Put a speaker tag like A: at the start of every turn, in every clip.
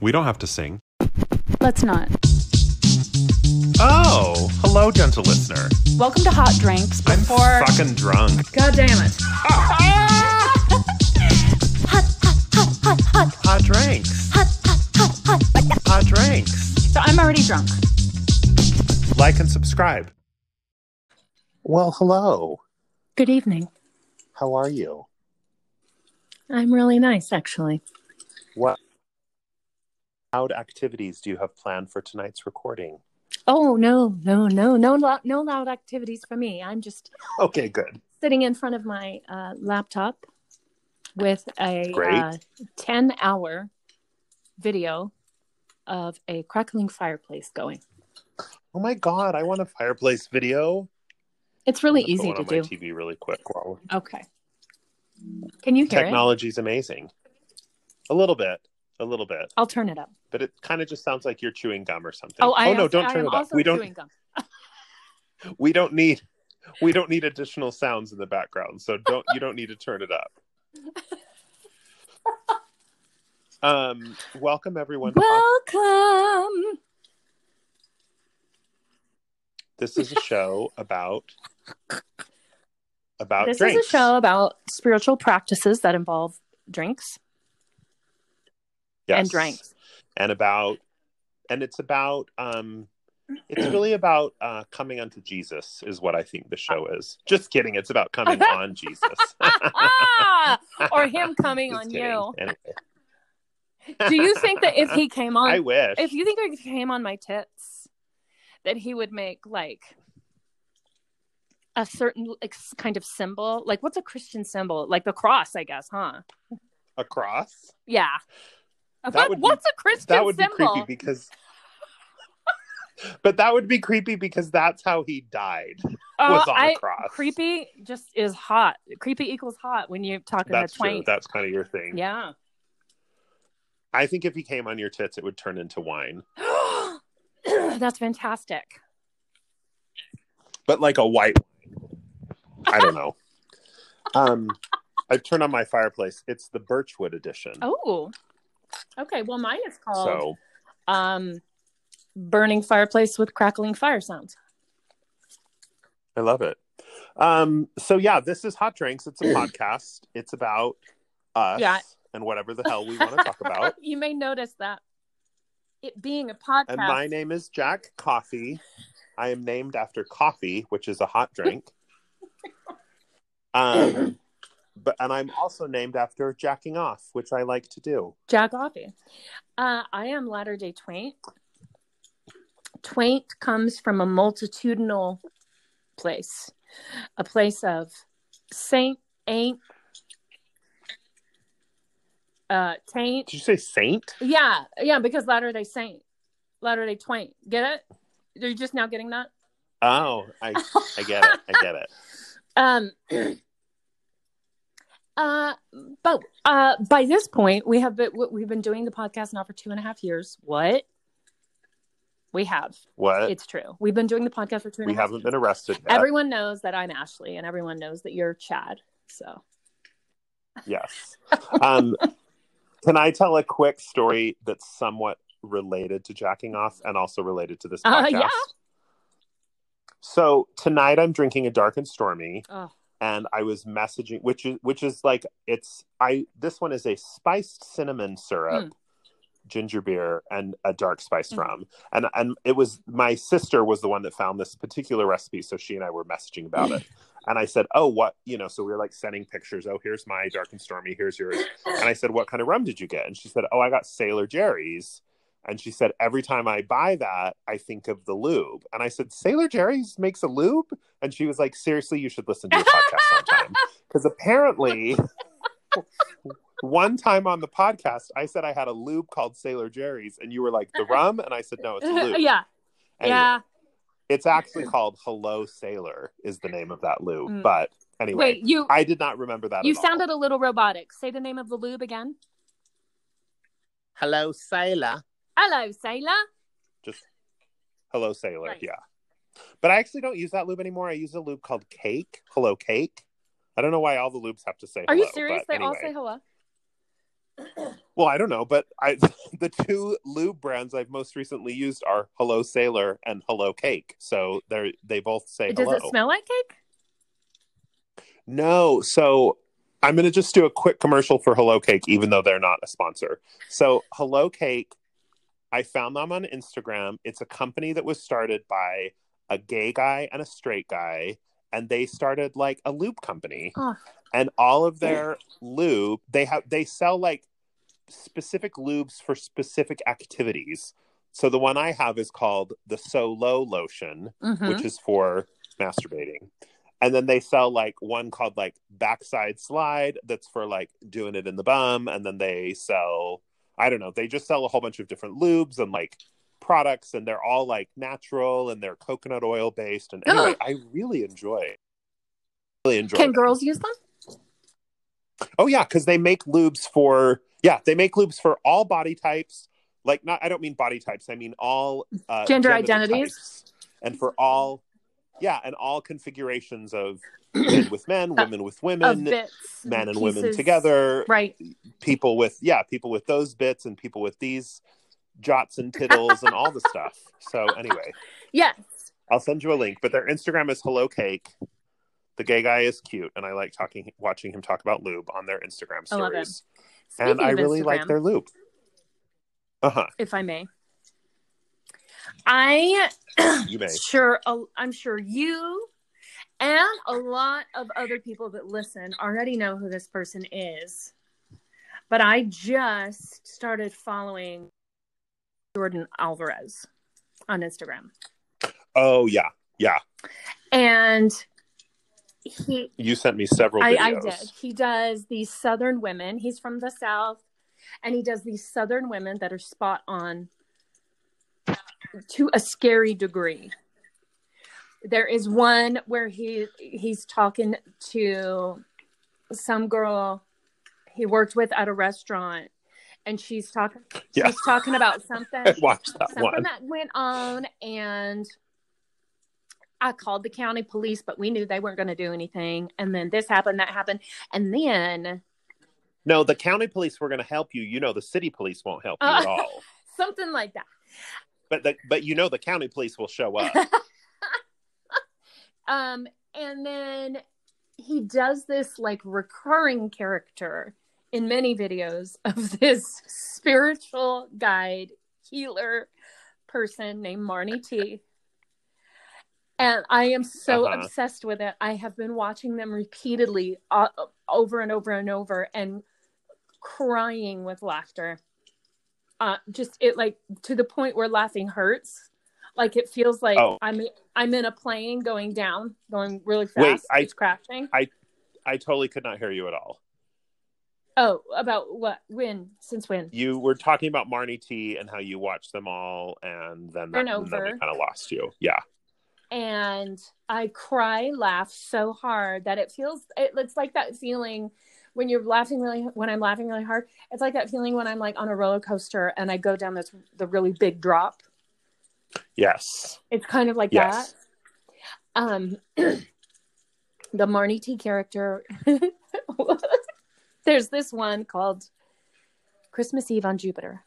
A: We don't have to sing.
B: Let's not.
A: Oh, hello, gentle listener.
B: Welcome to Hot Drinks.
A: I'm
B: Before
A: fucking drunk.
C: God damn it.
A: Hot drinks. Hot drinks.
B: so I'm already drunk.
A: Like and subscribe. Well, hello.
C: Good evening.
A: How are you?
C: I'm really nice, actually.
A: What loud activities do you have planned for tonight's recording?
C: Oh, no, no, no, no, lo- no loud activities for me. I'm just
A: Okay, good.
C: sitting in front of my uh, laptop with a
A: Great.
C: uh, 10 hour video of a crackling fireplace going.
A: Oh my god, I want a fireplace video.
C: It's really
A: I'm gonna
C: easy
A: put
C: to
A: one on
C: do.
A: my TV really quick. While
C: Okay. Can you hear it?
A: Technology's amazing. A little bit, a little bit,
C: I'll turn it up.
A: but it kind of just sounds like you're chewing gum or something.
C: Oh, I
A: no,
C: also-
A: don't
C: I
A: turn
C: am
A: it up.
C: also
A: We don't.
C: chewing gum.
A: We don't need. We don't need additional sounds in the background, so don't you don't need to turn it up. Um, welcome everyone. to Hot
C: Welcome.
A: this is a show about about
C: This
A: drinks.
C: is a show about spiritual practices that involve drinks
A: Yes.
C: and drinks.
A: and about and it's about um it's really about uh coming unto jesus is what i think the show is just kidding it's about coming on jesus
C: Ah! or him coming
A: Just
C: on
A: kidding.
C: you.
A: Anyway,
C: Do you think that if he came
A: i
C: on,
A: wish
C: if you think if he came on my tits, that he would make like a certain like, s- kind of symbol? Like, what's a Christian symbol? Like the cross, I guess, huh?
A: a cross
C: Yeah.
A: would
C: What,
A: be-
C: what's a Christian
A: that would be
C: symbol?
A: creepy because but that would be creepy because that's how he died
C: oh,
A: was on a
C: I,
A: cross
C: creepy just is hot. Creepy equals hot when you're talking
A: that's
C: to
A: true
C: twank.
A: that's kind of your thing
C: Yeah.
A: i think if he came on your tits it would turn into wine
C: That's fantastic.
A: but like a white wine. I don't know. um, I turned on my fireplace. It's the birchwood edition.
C: Oh. Okay, well mine is called
A: so
C: um burning fireplace with crackling fire sounds.
A: I love it. Um, so yeah, this is Hot Drinks. It's a podcast. It's about us
C: Yeah.
A: and whatever the hell we want to talk about.
C: you may notice that it being a podcast.
A: And my name is Jack Coffee. I am named after coffee, which is a hot drink. Um, but and I'm also named after jacking off, which I like to do.
C: Jack Offie. Uh, I am Latter Day Twaint. Twaint comes from a multitudinal place, a place of saint, ain't, uh, taint,
A: Did you say saint?
C: Yeah, yeah, because Latter Day Saint, Latter Day Twain. Get it? Are you just now getting that?
A: Oh, I I get it. I get it.
C: Um. Uh, but uh, by this point, we have been we've been doing the podcast now for two and a half years. What? We have.
A: What?
C: It's true. We've been doing the podcast for two and
A: Uh, we
C: a half.
A: haven't been arrested yet.
C: Everyone knows that I'm Ashley, and everyone knows that you're Chad. So
A: yes. Um, can I tell a quick story that's somewhat related to jacking off and also related to this
C: Uh,
A: podcast?
C: yeah.
A: So tonight I'm drinking a dark and stormy,
C: Oh.
A: and I was messaging, which is which is like it's I this one is a spiced cinnamon
C: Hmm.
A: syrup. Ginger beer and a dark spice
C: Mm.
A: rum, and and it was my sister was the one that found this particular recipe, so she and I were messaging about it. and I said, "Oh, what you know?" So we were like sending pictures. Oh, here's my dark and stormy. Here's yours. And I said, "What kind of rum did you get?" And she said, "Oh, I got Sailor Jerry's." And she said, "Every time I buy that, I think of the lube." And I said, "Sailor Jerry's makes a lube." And she was like, "Seriously, you should listen to the podcast sometime because apparently." One time on the podcast, I said I had a lube called Sailor Jerry's, and you were like, the rum? And I said, no, it's a lube.
C: yeah,
A: Anyway,
C: yeah.
A: It's actually called Hello Sailor, is the name of that lube.
C: Mm.
A: But anyway.
C: Wait, you
A: I did not remember that.
C: you
A: at all.
C: sounded a little robotic. Say the name of the lube again.
A: hello sailor.
C: Hello, sailor.
A: Hello sailor.
C: Right.
A: Yeah, but I actually don't use that lube anymore. I use a lube called Cake. Hello Cake. I don't know why all the lubes have to say.
C: Are
A: hello,
C: you serious?
A: But
C: They
A: anyway.
C: all say hello.
A: Well, I don't know, but I the two lube brands I've most recently used are Hello Sailor and Hello Cake. So they're they both say
C: Does
A: hello.
C: it smell like cake?
A: No, so I'm going to just do a quick commercial for Hello Cake, even though they're not a sponsor. So, Hello Cake, I found them on Instagram. It's a company that was started by a gay guy and a straight guy, and they started like a lube company.
C: Oh.
A: And all of their lube, they have they sell like specific lubes for specific activities. So the one I have is called the Solo Lotion
C: Mm-hmm.
A: which is for masturbating. And then they sell like one called like backside slide that's for like doing it in the bum. And then they sell, I don't know, they just sell a whole bunch of different lubes and like products and they're all like natural and they're coconut oil based. And anyway, I really enjoy really enjoy
C: Can
A: them.
C: girls use them?
A: Oh yeah, because they make lubes for yeah, they make lubes for all body types. Like not, I don't mean body types. I mean all uh,
C: Gender
A: genital
C: identities?
A: types. and for all, yeah, and all configurations of men with men, women with
C: Uh, Of
A: women,
C: bits,
A: men and women
C: pieces.
A: together,
C: Right.
A: people with yeah, people with those bits and people with these jots and tittles and all the stuff. So anyway,
C: Yes.
A: I'll send you a link. But their Instagram is hello cake. The gay guy is cute, and I like talking, watching him talk about lube on their Instagram
C: I love it.
A: stories and
C: Speaking
A: I
C: of
A: really like
C: Instagram,
A: their loop. Uh huh.
C: If I may, I
A: You may.
C: sure I'm sure you and a lot of other people that listen already know who this person is, but I just started following Jordan Alvarez on Instagram,
A: Oh yeah, yeah.
C: and he
A: You sent me several
C: I,
A: videos.
C: I did. He does these Southern women. He's from the South, and he does these Southern women that are spot on to a scary degree. There is one where he he's talking to some girl he worked with at a restaurant, and she's talking
A: Yeah.
C: she's talking about something
A: I watched that
C: something
A: one.
C: that went on and i called the county police but we knew they weren't going to do anything and then this happened that happened and then
A: No, the county police were going to help you. You know, the city police won't help you
C: Uh.
A: at all.
C: something like that
A: But the, but you know, the county police will show up.
C: um and then he does this like recurring character in many videos of this spiritual guide healer person named Marnie T. And I am so
A: Uh-huh.
C: obsessed with it. I have been watching them repeatedly uh, over and over and over and crying with laughter. Uh, just it like to the point where laughing hurts. Like it feels like
A: Oh.
C: I'm I'm in a plane going down, going really fast.
A: Wait, I-
C: it's crashing.
A: I totally could not hear you at all.
C: Oh, about what? When? Since when?
A: You were talking about Marnie T and how you watched them all, and then that,
C: Turn
A: and then we
C: over.
A: kind of lost you. Yeah.
C: and I cry, laugh so hard that it feels it, it's like that feeling when you're laughing really when I'm laughing really hard. It's like that feeling when I'm like on a roller coaster and I go down this the really big drop.
A: Yes.
C: It's kind of like
A: Yes.
C: that. Um, the Marnie T character. There's this one called Christmas Eve on Jupiter,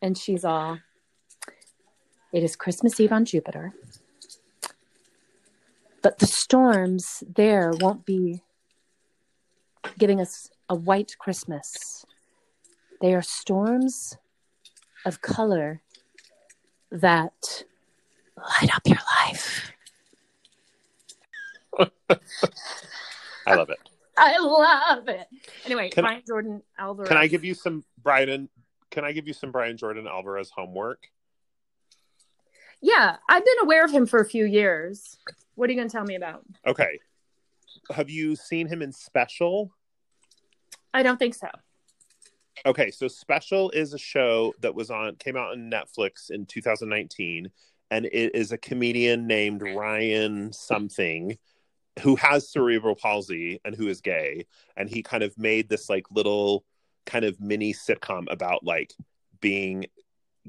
C: and she's all. It is Christmas Eve on Jupiter, but the storms there won't be giving us a white Christmas. They are storms of color that light up your life.
A: I love it.
C: I love it. Anyway,
A: Can I-
C: Brian Jordan Alvarez.
A: Can I give you some Brian? Can I give you some Brian Jordan Alvarez homework?
C: Yeah, I've been aware of him for a few years. What are you going to tell me about?
A: Okay. Have you seen him in Special?
C: I don't think so.
A: Okay, so Special is a show that was on came out on Netflix in 2019 and it is a comedian named Ryan something who has cerebral palsy and who is gay and he kind of made this like little kind of mini sitcom about like being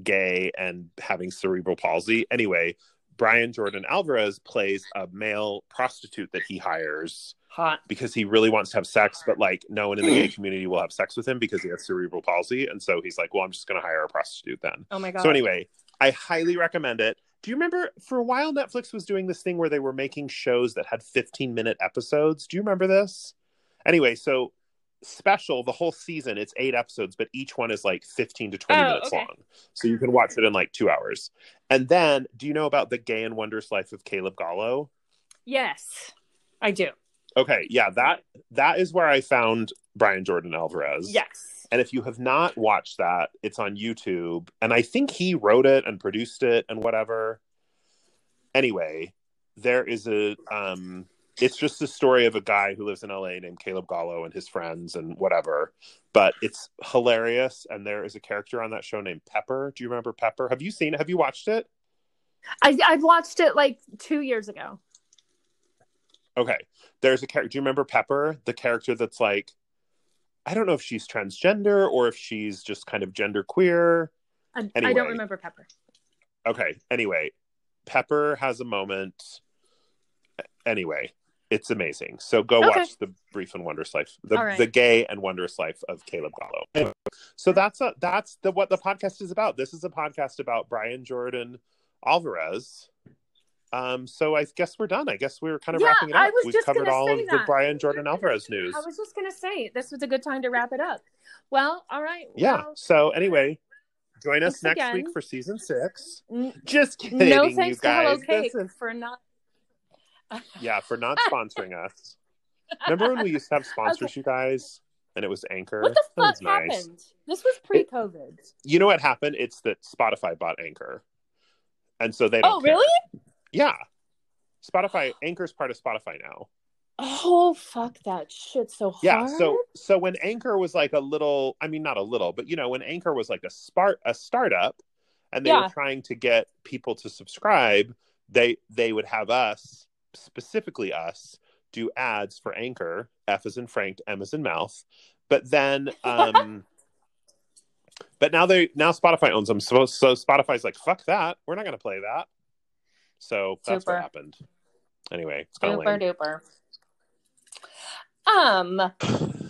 A: gay and having cerebral palsy. Anyway, Brian Jordan Alvarez plays a male prostitute that he hires
C: Hot.
A: because he really wants to have sex, but like no one in the gay community will have sex with him because he has cerebral palsy. And so he's like, well, I'm just going to hire a prostitute then.
C: Oh my god.
A: So anyway, I highly recommend it. Do you remember for a while Netflix was doing this thing where they were making shows that had 15 minute episodes? Do you remember this? Anyway, so special the whole season it's eight episodes but each one is like 15 to 20
C: Oh,
A: minutes
C: okay.
A: long so you can watch it in like two hours and then do you know about the gay and wondrous life of caleb gallo
C: Yes, I do.
A: okay yeah that that is where i found brian jordan alvarez
C: Yes.
A: and if you have not watched that, it's on YouTube. And I think he wrote it and produced it and whatever. Anyway, there is a um it's just the story of a guy who lives in LA named Caleb Gallo and his friends and whatever. But it's hilarious and there is a character on that show named Pepper. Do you remember Pepper? Have you seen it? Have you watched it?
C: I I watched it like two years ago.
A: Okay. There's a character. Do you remember Pepper? The character that's like, I don't know if she's transgender or if she's just kind of genderqueer.
C: I, I
A: Anyway.
C: don't remember Pepper.
A: okay anyway pepper has a moment anyway it's amazing so go
C: Okay.
A: watch the brief and wondrous life the,
C: All right.
A: the gay and wondrous life of caleb gallo Anyway, so that's a, that's the what the podcast is about this is a podcast about brian jordan alvarez um so i guess we're done i guess we are kind of
C: Yeah,
A: wrapping it up
C: I was
A: we've
C: just
A: covered
C: gonna
A: all of
C: say
A: the
C: that.
A: brian jordan alvarez news
C: I was just gonna say this was a good time to wrap it up. Well, all right.
A: yeah
C: well,
A: so anyway join us
C: Thanks
A: next week
C: again.
A: for season six
C: n-
A: just kidding
C: no
A: you
C: thanks to Hello
A: guys
C: Cake
A: This is-
C: for not.
A: yeah for not sponsoring us remember when we used to have sponsors you guys and it was anchor
C: What the
A: That was
C: fuck happened? This was pre-COVID.
A: you know what happened it's that spotify bought anchor and so they don't
C: Oh
A: care.
C: really?
A: yeah spotify anchor's part of spotify now
C: Oh fuck that shit so hard.
A: yeah so so when anchor was like a little i mean not a little but you know when anchor was like a spark a startup and they
C: Yeah.
A: were trying to get people to subscribe they they would have us specifically us do ads for anchor f is in frank m is in mouth but then um but now they now spotify owns them so so spotify's like fuck that we're not going to play that so that's
C: Super.
A: what happened anyway it's kind of lame
C: Super duper. Um.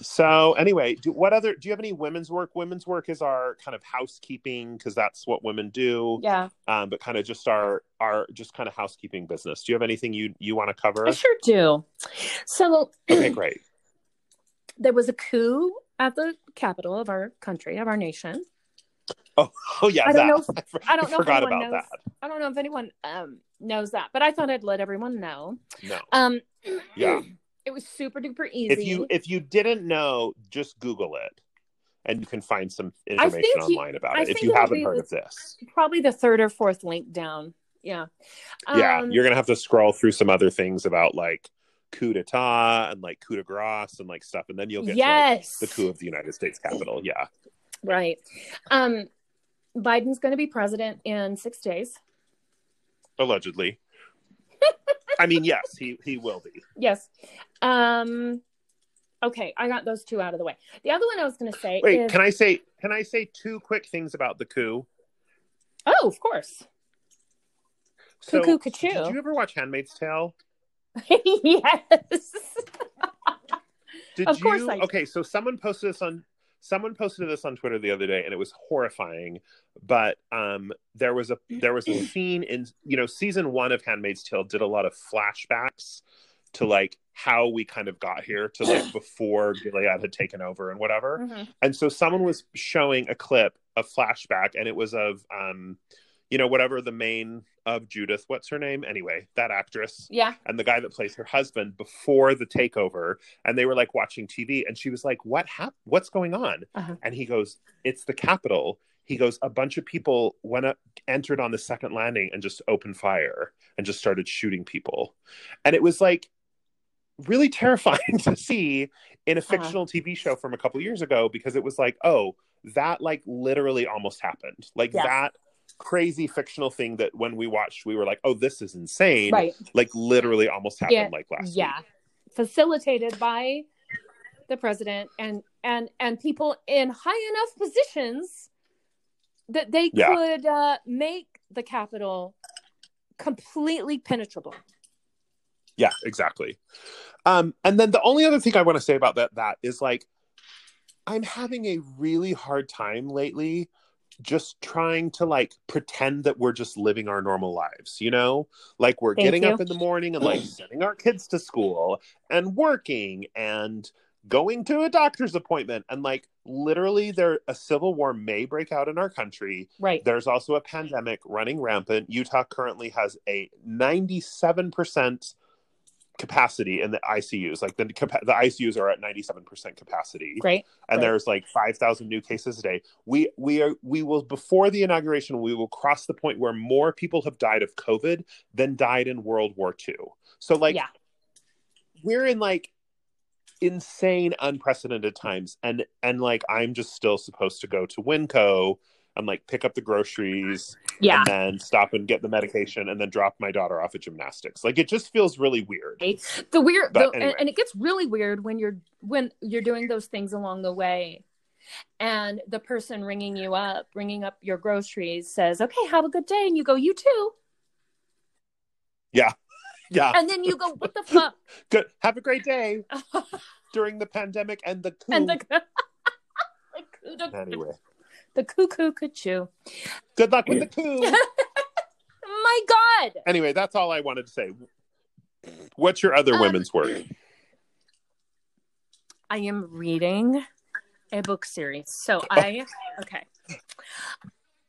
A: so anyway do, what other do you have any women's work women's work is our kind of housekeeping because that's what women do
C: Yeah.
A: um, but kind of just our our just kind of housekeeping business do you have anything you you want to cover
C: I sure do. So
A: okay great
C: there was a coup at the capital of our country, of our nation.
A: oh yeah
C: I don't
A: that.
C: know I don't know if
A: forgot
C: anyone
A: about
C: knows. I don't know if anyone um, knows that, but I thought I'd let everyone know.
A: that no
C: Um,
A: Yeah.
C: It was super duper easy.
A: if you if you didn't know just google it and you can find some
C: think
A: information
C: you-
A: online about it
C: I
A: if
C: think
A: you
C: it'll
A: haven't
C: be
A: heard
C: the-
A: of this
C: Probably the third or fourth link down. Yeah.
A: yeah
C: Um,
A: you're gonna have to scroll through some other things about like coup d'etat and like coup de grace and like stuff and then you'll get to, like,
C: yes.
A: the coup of the united states capitol yeah
C: Right. Um, Biden's going to be president in six days.
A: allegedly. I mean, yes, he he will be.
C: Yes. Um, okay. I got those two out of the way. The other one I was going to say
A: Wait,
C: is
A: can I say can I say two quick things about the coup?
C: oh, of course.
A: So,
C: Cuckoo,
A: did you
C: cuckoo.
A: ever watch Handmaid's Tale?
C: yes.
A: Did
C: Of
A: you?
C: course I did.
A: Okay, so someone posted this on someone posted this on Twitter the other day, and it was horrifying. But um, there was a there was a scene in you know season one of Handmaid's Tale did a lot of flashbacks to like how we kind of got here to like before Gilead had taken over and whatever.
C: Mhm.
A: and so someone was showing a clip a flashback and it was of um you know whatever the main of judith what's her name anyway that actress
C: Yeah.
A: and the guy that plays her husband before the takeover and they were like watching tv and she was like what hap- what's going on
C: Uh-huh.
A: and he goes it's the capitol he goes a bunch of people went up entered on the second landing and just opened fire and just started shooting people and it was like really terrifying to see in a
C: Uh-huh.
A: fictional tv show from a couple years ago because it was like oh that like literally almost happened like
C: Yeah.
A: that crazy fictional thing that when we watched we were like oh this is insane
C: Right.
A: like literally almost happened
C: Yeah.
A: like last
C: yeah
A: week.
C: facilitated by the president and and and people in high enough positions that they
A: Yeah.
C: could uh, make the capital completely penetrable
A: Yeah, exactly. Um, and then the only other thing I want to say about that that is like I'm having a really hard time lately just trying to like pretend that we're just living our normal lives, you know? Like we're
C: Thank
A: getting
C: you.
A: up in the morning and like sending our kids to school and working and going to a doctor's appointment and like literally there a civil war may break out in our country
C: Right.
A: there's also a pandemic running rampant. Utah currently has a 97% capacity in the ICUs. Like the capa- the ICUs are at 97% capacity.
C: Great.
A: and
C: right.
A: there's like 5,000 new cases a day. We we are we will before the inauguration we will cross the point where more people have died of COVID than died in World War II. So like
C: Yeah.
A: we're in like insane unprecedented times and and like i'm just still supposed to go to winco and like pick up the groceries
C: Yeah.
A: and then stop and get the medication and then drop my daughter off at gymnastics like it just feels really weird
C: The weird,
A: But
C: the,
A: anyway.
C: and, and it gets really weird when you're when you're doing those things along the way, and the person ringing you up, ringing up your groceries, says, "Okay, have a good day," and you go, "You too,"
A: yeah
C: and then you go, "What the fuck?"
A: good have a great day during the pandemic and the coup.
C: and the the, coup de-
A: anyway
C: the cuckoo cuckoo.
A: good luck with the coup
C: My God.
A: anyway that's all i wanted to say what's your other
C: Um,
A: women's work
C: I am reading a book series. So I okay.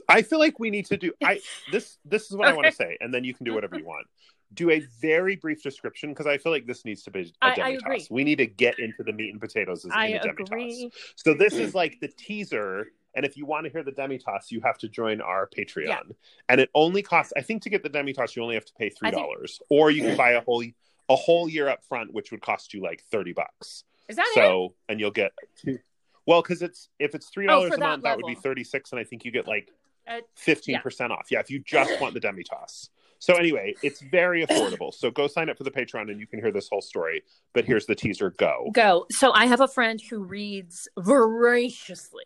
A: I feel like we need to do I this this is what I want to
C: Okay.
A: say, and then you can do whatever you want. Do a very brief description because I feel like this needs to be a
C: I- I
A: demi
C: agree.
A: tasse. We need to get into the meat and potatoes as
C: I
A: in a demi
C: agree.
A: So this is like the teaser, and if you want to hear the demi tasse, you have to join our Patreon,
C: Yeah.
A: and it only costs. I think to get the demi tasse, you only have to pay three
C: think-
A: dollars, or you can buy a whole a whole year up front, which would cost you like thirty bucks
C: Is that it?
A: so and you'll get two well because it's if it's three dollars
C: Oh, for
A: a
C: that
A: month that would be
C: level.
A: 36 and i think you get like
C: Uh,
A: 15% off yeah if you just want the demi toss so anyway it's very affordable so go sign up for the patreon and you can hear this whole story but here's the teaser go
C: Go. So I have a friend who reads voraciously.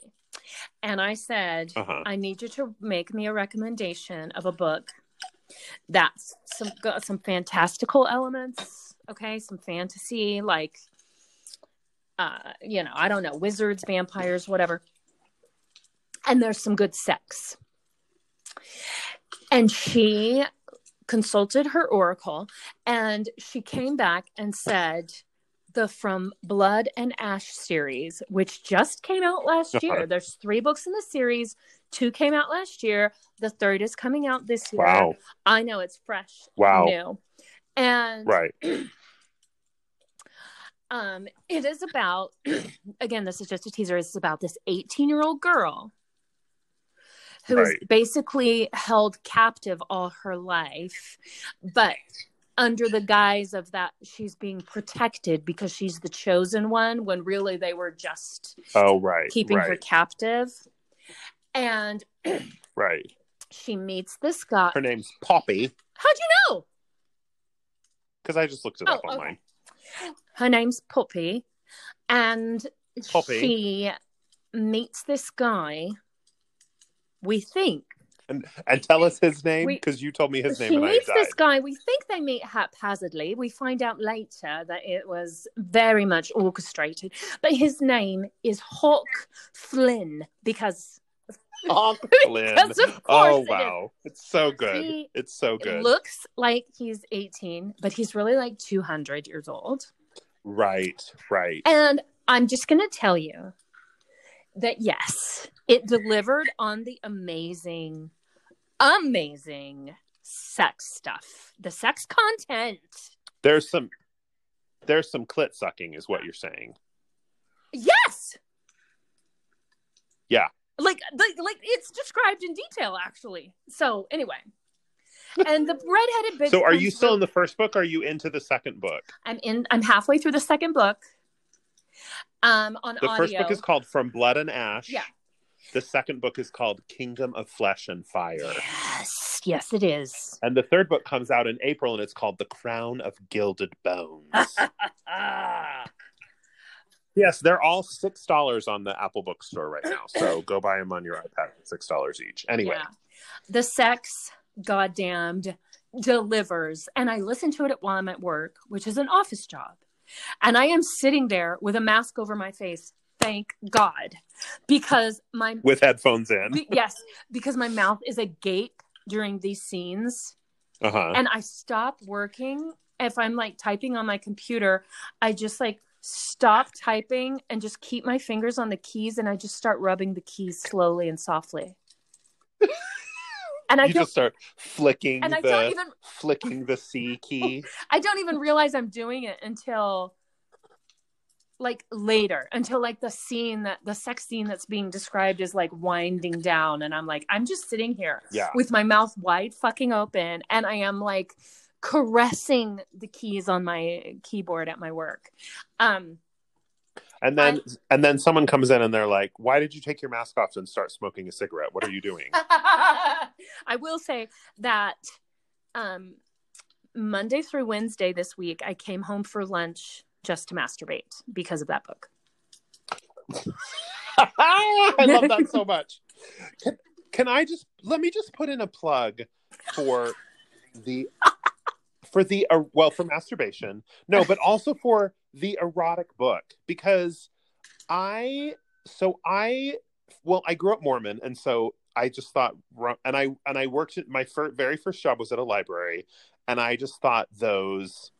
C: And I said,
A: uh-huh
C: I need you to make me a recommendation of a book that's some got some fantastical elements, okay, some fantasy, like uh, you know, I don't know, wizards, vampires, whatever. And there's some good sex. And she consulted her oracle and she came back and said the From Blood and Ash series, which just came out last year.
A: Uh-huh.
C: There's three books in the series. Two came out last year. The third is coming out this year.
A: wow
C: I know it's fresh,
A: wow
C: new, and
A: right
C: um, it is about. again, this is just a teaser. It's about this 18 year old girl who is
A: Right.
C: basically held captive all her life, but under the guise of that she's being protected because she's the chosen one, when really they were just
A: oh right
C: keeping
A: right
C: her captive. And
A: right
C: she meets this guy.
A: her name's poppy
C: How'd you know?
A: because i just looked it
C: Oh,
A: up
C: okay.
A: online
C: Her name's Poppy, and
A: Poppy.
C: she meets this guy. We think
A: and and tell us his name
C: We-
A: because you told me his name
C: she
A: and i
C: meets
A: died
C: this guy. We think they meet haphazardly. We find out later that it was very much orchestrated. But his name is Hawk Flynn because,
A: Honk, Lynn.
C: because of course
A: oh
C: it is.
A: wow it's so good
C: He
A: it's so good
C: looks like he's 18, but he's really like 200 years old.
A: right right
C: And I'm just going to tell you that yes, it delivered on the amazing, amazing sex stuff, the sex content.
A: There's some there's some clit sucking is what you're saying.
C: Yes.
A: Yeah.
C: Like, like, like it's described in detail, actually. So, anyway. And the redheaded bitch.
A: so are
C: comes
A: you still
C: through-
A: in the first book? Or are you into the second book?
C: I'm in. I'm halfway through the second book. Um, on
A: The
C: audio.
A: first book is called From Blood and Ash.
C: Yeah.
A: The second book is called Kingdom of Flesh and Fire.
C: yes, yes, it is.
A: And the third book comes out in April and it's called The Crown of Gilded Bones. Ah. yes, they're all six dollars on the Apple Bookstore right now. So go buy them on your iPad for six dollars each. Anyway.
C: Yeah. The sex, goddamned, delivers. And I listen to it while I'm at work, which is an office job. And I am sitting there with a mask over my face. Thank God. Because my
A: with headphones in.
C: be- yes, because my mouth is agape during these scenes
A: Uh huh.
C: and I stop working if I'm like typing on my computer. I just like stop typing and just keep my fingers on the keys and I just start rubbing the keys slowly and softly. and I
A: You
C: don't
A: just start flicking
C: and I
A: the
C: don't even
A: flicking the C key.
C: I don't even realize I'm doing it until like later until like the scene that the sex scene that's being described is like winding down and I'm like I'm just sitting here
A: Yeah.
C: with my mouth wide fucking open and I am like caressing the keys on my keyboard at my work. Um
A: And then and then someone comes in and they're like, "Why did you take your mask off and start smoking a cigarette? What are you doing?"
C: I will say that um Monday through Wednesday this week I came home for lunch just to masturbate because of that book.
A: I love that so much. Can, can I just let me just put in a plug for the for the uh, well for masturbation. No, but also for the erotic book because I so I well I grew up Mormon and so I just thought and I and I worked at my fir- very first job was at a library and I just thought those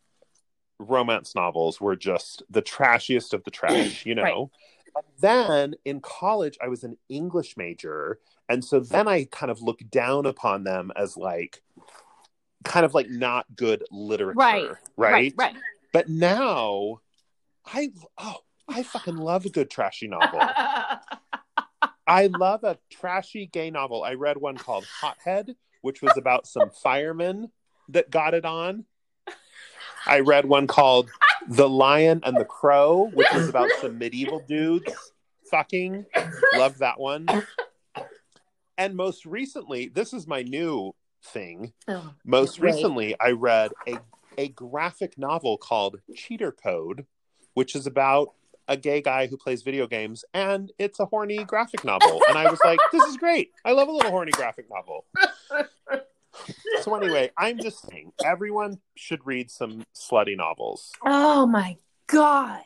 A: romance novels were just the trashiest of the trash, you know.
C: Right.
A: And then in college, I was an English major. And so then I kind of looked down upon them as like, kind of like not good literature.
C: Right,
A: Right.
C: Right.
A: But now I, oh, I fucking love a good trashy novel.
C: right.
A: I love a trashy gay novel. I read one called Hothead, which was about some firemen that got it on. I read one called The Lion and the Crow, which was about some medieval dudes fucking. Love that one. And most recently, this is my new thing.
C: Oh,
A: Most
C: Right.
A: recently, I read a, a graphic novel called Cheater Code, which is about a gay guy who plays video games, and it's a horny graphic novel. And I was like, this is great. I love a little horny graphic novel. So, anyway, I'm just saying everyone should read some slutty novels.
C: oh my god.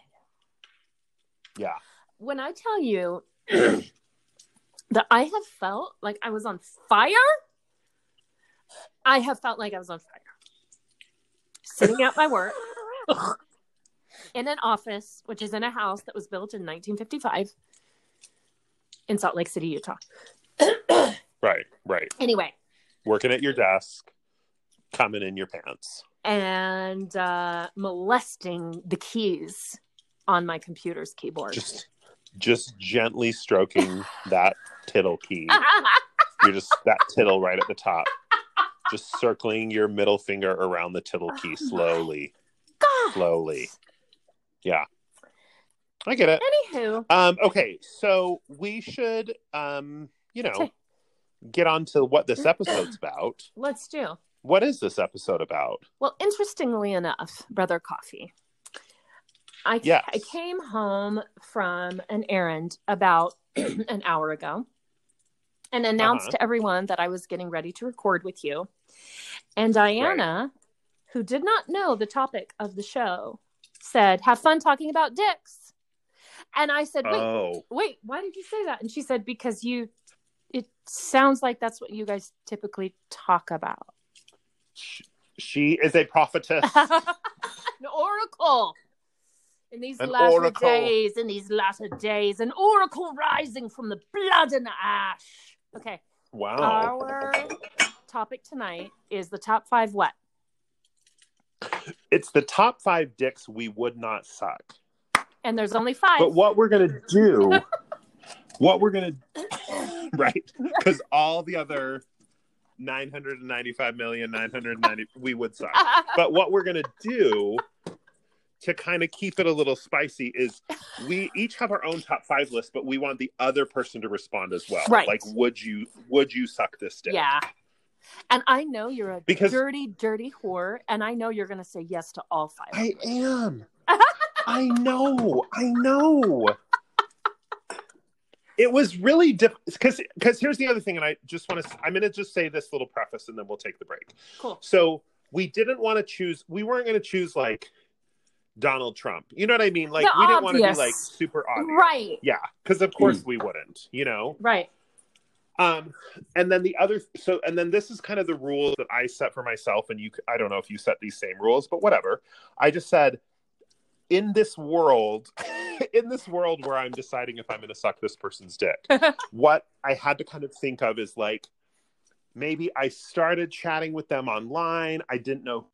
A: Yeah.
C: When I tell you that I have felt like I was on fire, I have felt like I was on fire. Sitting at my work in an office, which is in a house that was built in 1955 in Salt Lake City, Utah.
A: Right, right.
C: Anyway,
A: Working at your desk, coming in your pants.
C: and uh, molesting the keys on my computer's keyboard.
A: Just just gently stroking that tittle key. You're just that tittle right at the top. Just circling your middle finger around the tittle key
C: Oh
A: slowly,
C: God.
A: slowly. Yeah. I get it.
C: Anywho,
A: Um, okay, so we should um, you know, get on to what this episode's about.
C: let's do.
A: What is this episode about?
C: Well, interestingly enough, Brother Coffee, I,
A: Yes.
C: I came home from an errand about an hour ago and announced
A: Uh-huh.
C: to everyone that I was getting ready to record with you. And Diana, who did not know the topic of the show, said, Have fun talking about dicks. And I said, Wait,
A: Oh,
C: wait why did you say that and she said because you it sounds like that's what you guys typically talk about
A: she is a prophetess.
C: an oracle in these
A: An
C: latter
A: oracle.
C: days in these latter days an oracle rising from the blood and ash okay
A: wow.
C: our topic tonight is the top five what
A: It's the top five dicks we would not suck.
C: and there's only five
A: But what we're gonna do, what we're gonna, right? Because all the other nine hundred and ninety-five million nine hundred ninety, we would suck. But what we're gonna do to kind of keep it a little spicy is we each have our own top five list, but we want the other person to respond as well.
C: Right.
A: Like, would you would you suck this dick?
C: yeah and i know you're a
A: Because-
C: dirty dirty whore and i know you're gonna say yes to all five
A: I am. I know. I know. It was really because because here's the other thing, and I just want to I'm going to just say this little preface, and then we'll take the break.
C: cool
A: So we didn't want to choose. We weren't going to choose like Donald Trump. You know what I mean? Like
C: The
A: we didn't want to be
C: obvious.
A: like super obvious.
C: Right.
A: Yeah, because of course we wouldn't. You know.
C: Right.
A: Um, and then the other so and then this is kind of the rules that I set for myself. And you, c- I don't know if you set these same rules, but whatever. I just said in this world, in this world where I'm deciding if I'm going to suck this person's dick, what I had to kind of think of is like maybe I started chatting with them online. I didn't know.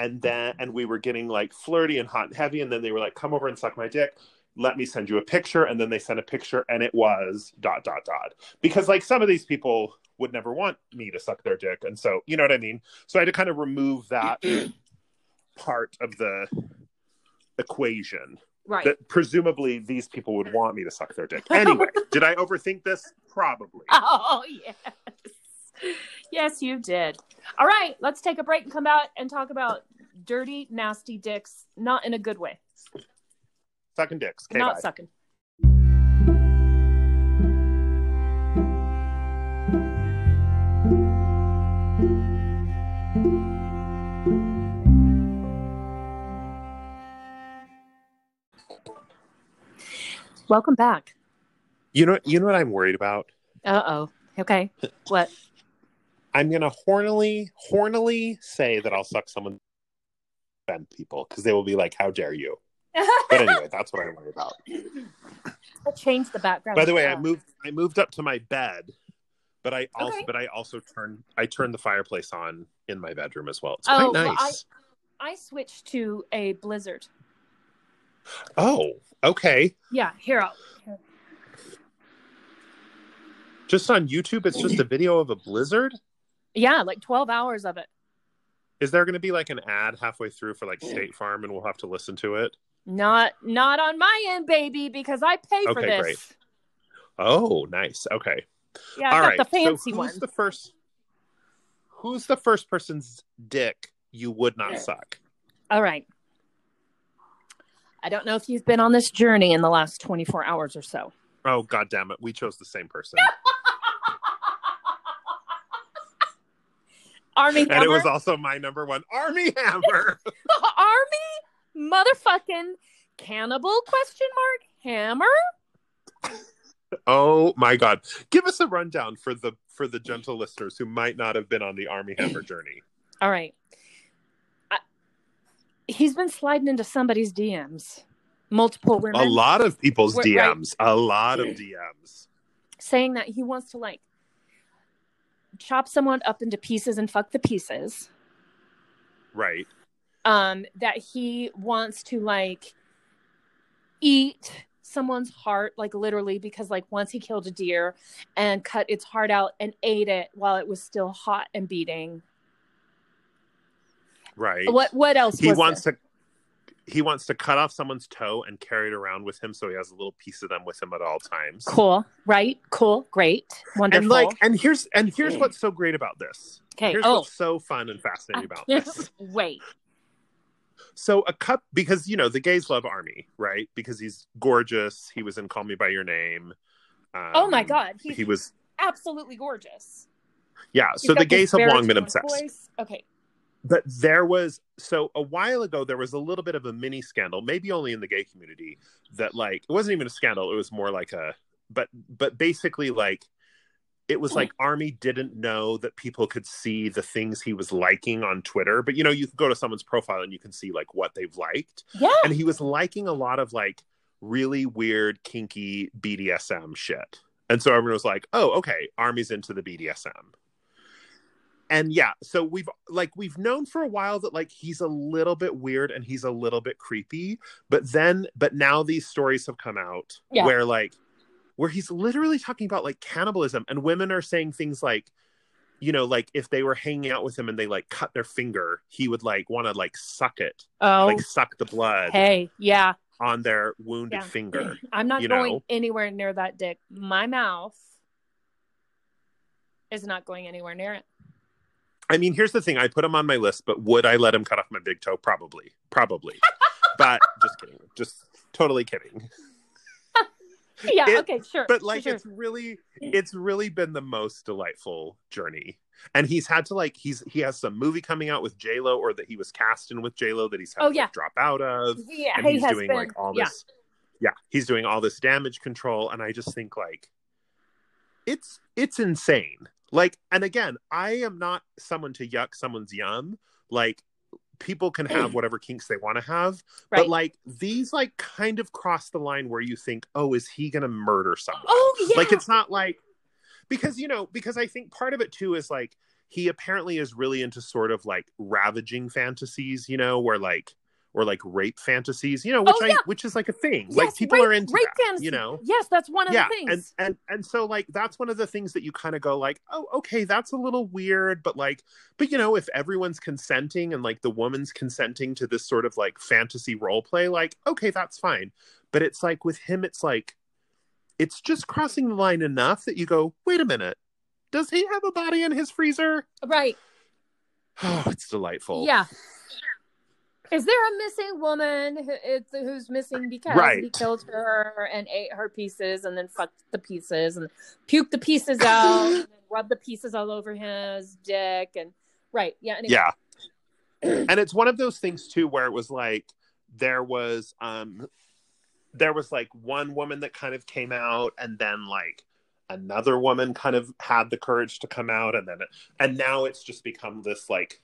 A: And then, and we were getting like flirty and hot and heavy. And then they were like, come over and suck my dick. Let me send you a picture. And then they sent a picture and it was dot, dot, dot. Because like some of these people would never want me to suck their dick. And so, you know what I mean? So I had to kind of remove that part of the equation
C: Right.
A: that presumably these people would want me to suck their dick. Anyway, did I overthink this? Probably.
C: Oh yes. Yes, you did. All right, let's take a break and come out and talk about dirty, nasty dicks, not in a good way.
A: Sucking dicks. Okay,
C: not
A: bye.
C: sucking. Welcome back.
A: You know, you know what I'm worried about.
C: Uh oh. Okay. What?
A: I'm gonna hornily, hornily say that I'll suck someone, offend people because they will be like, "How dare you!" But anyway, that's what I'm worried about.
C: I changed the background.
A: By the way, I moved, I moved up to my bed, but I also,
C: Okay.
A: but I also turned, I turned the fireplace on in my bedroom as well. It's
C: Oh,
A: quite
C: well, I-
A: nice.
C: I switched to a blizzard.
A: Oh, okay.
C: Yeah, here. I'll-
A: Just on YouTube, it's just a video of a blizzard.
C: Yeah, like 12 hours of it.
A: Is there going to be like an ad halfway through for like State Farm, and we'll have to listen to it?
C: Not not on my end, baby, because I pay for
A: Okay,
C: this.
A: great. Oh, nice. Okay.
C: Yeah, I
A: All
C: got
A: right.
C: the fancy
A: so who's
C: one.
A: the first? Who's the first person's dick you would not suck?
C: All right. I don't know if you've been on this journey in the last 24 hours or so.
A: Oh God damn it! We chose the same person,
C: Army
A: and it
C: Hammer.
A: was also my number one Army Hammer.
C: Army motherfucking cannibal question mark hammer?
A: oh my God! Give us a rundown for the for the gentle listeners who might not have been on the Army Hammer journey.
C: All right. I, he's been sliding into somebody's DMs. Multiple women.
A: A lot of people's
C: We're- right.
A: DMs. A lot of DMs.
C: saying that he wants to like chop someone up into pieces and fuck the pieces.
A: Right.
C: Um, that he wants to like eat someone's heart, like literally, because like once he killed a deer and cut its heart out and ate it while it was still hot and beating.
A: Right.
C: What what else?
A: he
C: was
A: wants
C: there?
A: to he wants to cut off someone's toe and carry it around with him so he has a little piece of them with him at all times
C: cool, right? Cool, great, wonderful.
A: and like and here's and here's what's so great about this
C: okay,
A: here's
C: oh,
A: what's so fun and
C: I
A: fascinating about
C: can't
A: this
C: wait.
A: so a cup because you know the gays love army right because he's gorgeous he was in call me by your name um,
C: Oh my god, he's
A: he was
C: absolutely gorgeous.
A: yeah
C: He's
A: so the
C: got this
A: gays have long been
C: baritone
A: obsessed
C: voice. Okay,
A: but there was so a while ago there was a little bit of a mini scandal maybe only in the gay community that like it wasn't even a scandal it was more like a but but basically like it was like army didn't know that people could see the things he was liking on twitter but you know you could go to someone's profile and you can see like what they've liked
C: yeah,
A: and he was liking a lot of like really weird kinky BDSM shit. And so everyone was like, "Oh, okay, Army's into the BDSM." And yeah, so we've like we've known for a while that like he's a little bit weird and he's a little bit creepy, but then but now these stories have come out
C: Yeah.
A: where like where he's literally talking about like cannibalism and women are saying things like you know like if they were hanging out with him and they like cut their finger, he would like want to like suck it
C: oh,
A: like suck the blood
C: hey, yeah.
A: on their wounded
C: Yeah.
A: finger.
C: I'm not
A: you
C: going
A: know?
C: anywhere near that dick. My mouth is not going anywhere near it.
A: I mean, here's the thing: I put him on my list, but would I let him cut off my big toe? Probably, probably. but just kidding, just totally kidding.
C: yeah,
A: It-
C: okay, sure.
A: but
C: sure,
A: like
C: sure.
A: it's really it's really been the most delightful journey and he's had to like he's he has some movie coming out with j lo or that he was cast in with j lo that he's had
C: Oh,
A: to
C: yeah.
A: like, drop out of
C: yeah,
A: and
C: he
A: he's
C: has
A: doing
C: been-
A: like all
C: yeah.
A: this yeah he's doing all this damage control and i just think like it's it's insane like and again i am not someone to yuck someone's yum like people can have whatever kinks they want to have
C: Mm. Right.
A: but like these like kind of cross the line where you think oh is he gonna murder someone
C: oh yeah,
A: like it's not like because you know because i think part of it too is like he apparently is really into sort of like ravaging fantasies you know where like or like rape fantasies you know which
C: Oh,
A: i
C: yeah.
A: which is like a thing
C: Yes,
A: like people
C: rape-
A: are into
C: rape
A: that,
C: fantasy.
A: you know
C: Yes, that's one of
A: yeah
C: the things.
A: and and and so like that's one of the things that you kind of go like oh okay that's a little weird but like but you know if everyone's consenting and like the woman's consenting to this sort of like fantasy role play like okay that's fine but it's like with him it's like it's just crossing the line enough that you go wait a minute does he have a body in his freezer
C: right.
A: oh it's delightful
C: Yeah. Is there a missing woman who, it's, who's missing because
A: Right.
C: he killed her and ate her pieces and then fucked the pieces and puked the pieces out and then rubbed the pieces all over his dick and right yeah anyway.
A: yeah and it's one of those things too where it was like there was um there was like one woman that kind of came out and then like another woman kind of had the courage to come out and then and now it's just become this like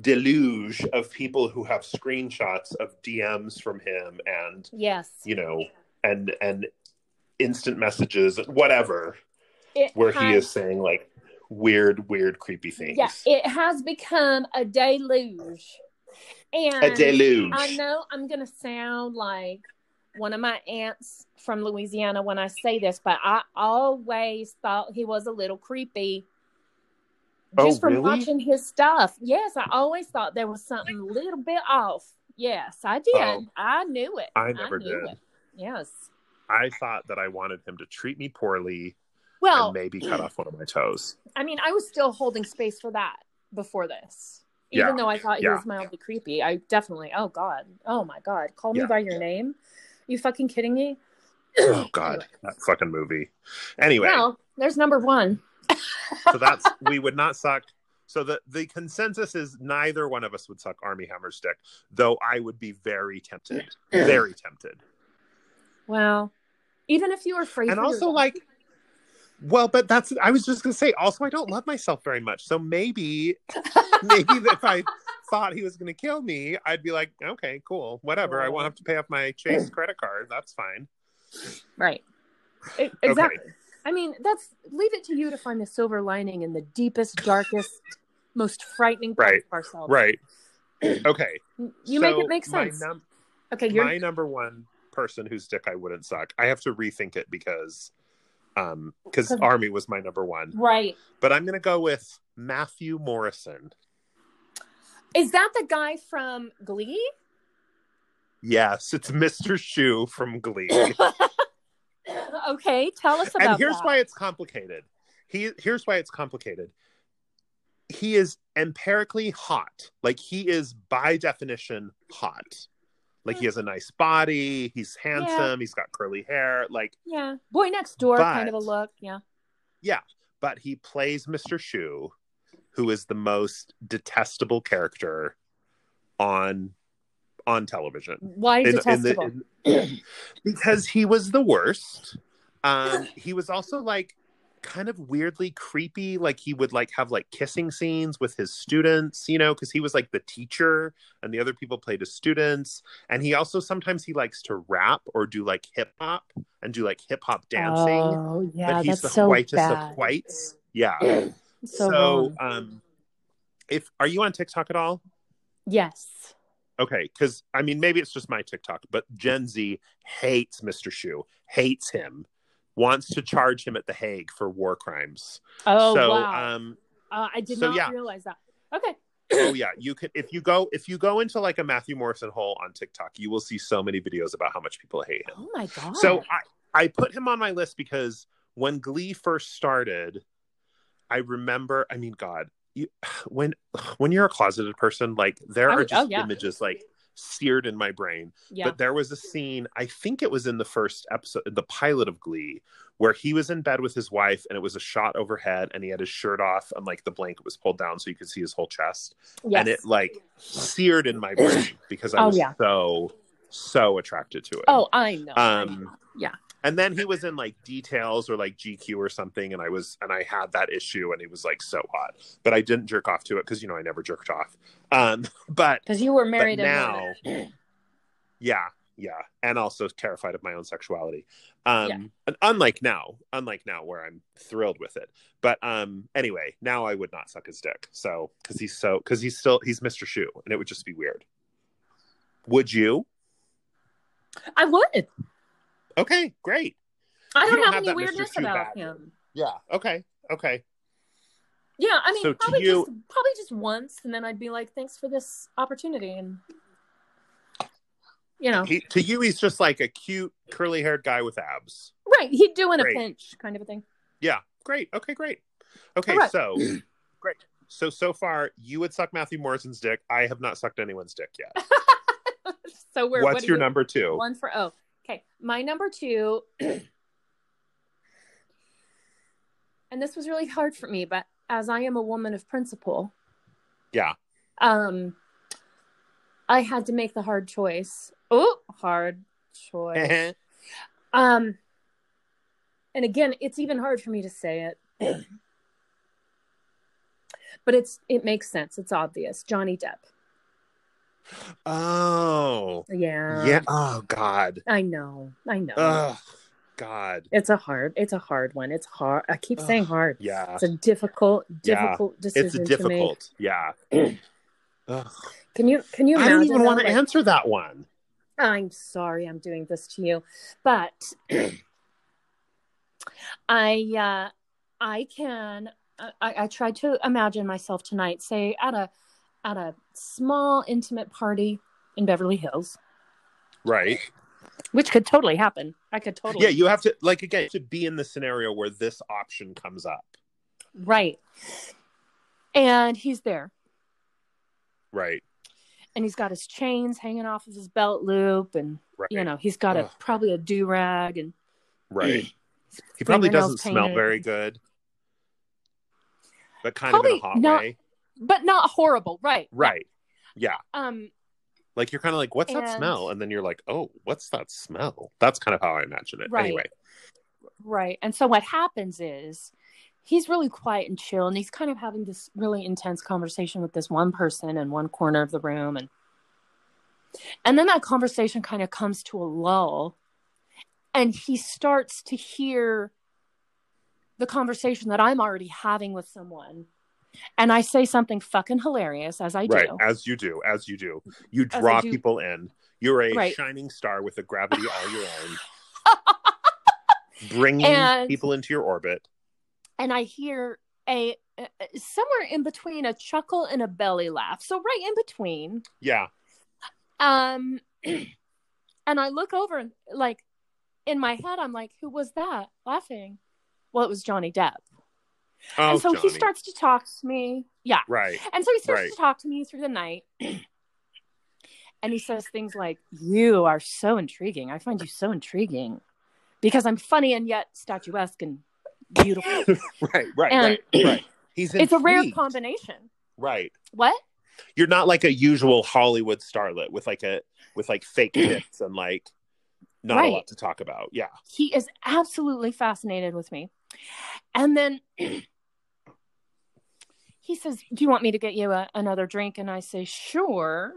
A: deluge of people who have screenshots of DMs from him and
C: yes
A: you know and and instant messages and whatever
C: It
A: where he
C: has-
A: is saying like weird weird creepy things
C: Uh-huh. yeah it has become a deluge and
A: a deluge
C: I know I'm going to sound like one of my aunts from Louisiana when I say this, but I always thought he was a little creepy
A: Oh,
C: just from
A: really?
C: watching his stuff. Yes, I always thought there was something a little bit off. Yes, I did.
A: Oh.
C: I knew it.
A: I never
C: knew
A: did.
C: It. Yes.
A: I thought that I wanted him to treat me poorly
C: Well,
A: and maybe cut off one of my toes.
C: I mean, I was still holding space for that before this. Even
A: Yeah.
C: though I thought he
A: Yeah.
C: was mildly creepy, I definitely, oh God, oh my God, call
A: Yeah.
C: me by your name. You fucking kidding me?
A: oh God, that fucking movie. Anyway,
C: Well, there's number one.
A: so that's we would not suck. So the the consensus is neither one of us would suck Army Hammer Stick, though I would be very tempted, very tempted.
C: Well, even if you were free,
A: and
C: for your-
A: also like well but that's i was just gonna say also i don't love myself very much so maybe maybe if i thought he was gonna kill me i'd be like okay cool whatever i won't have to pay off my chase credit card that's fine
C: right, E- exactly. I mean, that's leave it to you to find the silver lining in the deepest, darkest, most frightening part
A: Right,
C: of ourselves.
A: right okay
C: You make
A: so
C: it make
A: my
C: sense.
A: num-
C: okay, you're
A: my number one person whose dick i wouldn't suck i have to rethink it because um because
C: Okay.
A: army was my number one
C: right.
A: but i'm gonna go with matthew morrison
C: Is that the guy from Glee?
A: yes it's mr shoe from glee
C: okay, tell us about.
A: and here's
C: that.
A: why it's complicated he here's why it's complicated he is empirically hot like he is by definition hot like he
C: Hmm.
A: has a nice body he's handsome he's got curly hair like
C: Yeah, boy next door kind of a
A: But-
C: look. Yeah.
A: but he plays mr shu who is the most detestable character on on television
C: Why
A: in- in the-
C: detestable?
A: in- because he was the worst. Um, he was also like kind of weirdly creepy. Like he would like have like kissing scenes with his students, you know, because he was like the teacher and the other people played as students. And he also sometimes he likes to rap or do like hip hop and do like hip hop dancing.
C: Oh yeah,
A: but he's
C: that's
A: the
C: so
A: whitest
C: bad.
A: of whites. Yeah.
C: So,
A: so
C: wrong.
A: um if are you on TikTok at all?
C: yes.
A: Okay, because I mean, maybe it's just my TikTok, but Gen Z hates Mr. Shu, hates him, wants to charge him at the Hague for war crimes.
C: Oh
A: so,
C: wow.
A: um,
C: Uh, I did
A: So,
C: not
A: yeah.
C: realize that. Okay.
A: oh yeah, you could if you go if you go into like a Matthew Morrison hole on TikTok, you will see so many videos about how much people hate him.
C: Oh my god.
A: So I, I put him on my list because when Glee first started, I remember. I mean, God, you, when when you're a closeted person, like there
C: I
A: are
C: would-
A: just
C: oh, yeah.
A: images like seared in my brain.
C: Yeah.
A: But there was a scene, I think it was in the first episode, the pilot of Glee, where he was in bed with his wife and it was a shot overhead and he had his shirt off and like the blanket was pulled down so you could see his whole chest.
C: yes.
A: And it like seared in my brain because I
C: Oh,
A: was
C: yeah.
A: so, so attracted to it.
C: oh, I know. I know.
A: Um,
C: Yeah.
A: And then he was in like details or like GQ or something, and I was and I had that issue, and he was like so hot, but I didn't jerk off to it because you know I never jerked off. Um, but
C: Because you were
A: but
C: married and
A: now,
C: married.
A: yeah, yeah, and also terrified of my own sexuality. Um, and unlike now, unlike now where I'm thrilled with it. But um, anyway, now I would not suck his dick. So because he's so because he's still he's Mr. Shoe, and it would just be weird. Would you?
C: I would.
A: Okay, great.
C: I
A: You
C: don't,
A: don't
C: have,
A: have
C: any
A: that Mr.
C: weirdness
A: Shoe
C: about
A: bag.
C: him.
A: Yeah. Okay. Okay.
C: Yeah, I mean,
A: So to
C: probably
A: you-
C: just probably just once, and then I'd be like, "Thanks for this opportunity," and you know,
A: He, to you, he's just like a cute, curly haired guy with abs.
C: right? He'd do in a
A: Great.
C: pinch, kind of a thing.
A: Yeah. Great. Okay, great. Okay,
C: Correct.
A: so great. So, so far, you would suck Matthew Morrison's dick. I have not sucked anyone's dick yet.
C: so we're
A: What's
C: what do
A: your
C: you-
A: number two?
C: One for oh, okay. My number two, and this was really hard for me, but as I am a woman of principle,
A: Yeah.
C: um, I had to make the hard choice. Oh, hard choice. Um, and again, it's even hard for me to say it, but it's it makes sense. It's obvious. Johnny Depp.
A: oh.
C: Yeah.
A: yeah. Oh, God.
C: I know. I know.
A: Ugh, God.
C: It's a hard. It's a hard one. It's hard. I keep saying
A: Ugh,
C: hard.
A: yeah.
C: It's a difficult,
A: Yeah.
C: difficult decision
A: It's
C: to make.
A: difficult. Yeah. Ugh.
C: Can you? Can you?
A: I don't
C: imagine,
A: even want
C: though,
A: to
C: like,
A: answer that one.
C: I'm sorry I'm doing this to you, but I uh, I can I, I tried to imagine myself tonight, say at a at a small intimate party in Beverly Hills,
A: Right.
C: which could totally happen. I could totally
A: Yeah. You have to, like, again, you have to be in the scenario where this option comes up.
C: right. And he's there,
A: Right.
C: and he's got his chains hanging off of his belt loop, and
A: Right.
C: you know he's got a
A: Ugh.
C: probably a do rag, and
A: Right. He probably
C: fingernails
A: doesn't smell
C: painted.
A: very good. But kind of in a
C: Probably
A: hot
C: not-
A: way.
C: but not horrible, right?
A: Right. Yeah.
C: Um.
A: Like you're kind of like, what's that
C: And-
A: smell? And then you're like, oh, what's that smell? That's kind of how I imagine it.
C: Right.
A: Anyway.
C: Right. And so what happens is he's really quiet and chill, and he's kind of having this really intense conversation with this one person in one corner of the room, and and then that conversation kind of comes to a lull, and he starts to hear the conversation that I'm already having with someone, and I say something fucking hilarious as I
A: Right.
C: do.
A: As you do, as you do. You
C: As I
A: draw
C: do.
A: people in. You're a
C: Right.
A: shining star with a gravity all your own. Bringing
C: And-
A: people into your orbit.
C: and I hear a uh, somewhere in between a chuckle and a belly laugh. So right in between.
A: Yeah.
C: Um and I look over and like in my head I'm like, who was that laughing? Well, it was Johnny Depp.
A: Oh,
C: and so
A: Johnny.
C: he starts to talk to me. Yeah.
A: Right.
C: And so he starts
A: Right.
C: to talk to me through the night. and he says things like, You are so intriguing. I find you so intriguing. Because I'm funny and yet statuesque and beautiful.
A: Right. Right.
C: And-
A: right. Right. He's
C: it's a rare
A: intrigued.
C: combination.
A: Right.
C: What?
A: you're not like a usual Hollywood starlet with like a with like fake tits and like not a
C: Right.
A: lot to talk about. Yeah.
C: he is absolutely fascinated with me. And then he says, Do you want me to get you a, another drink? And I say, Sure.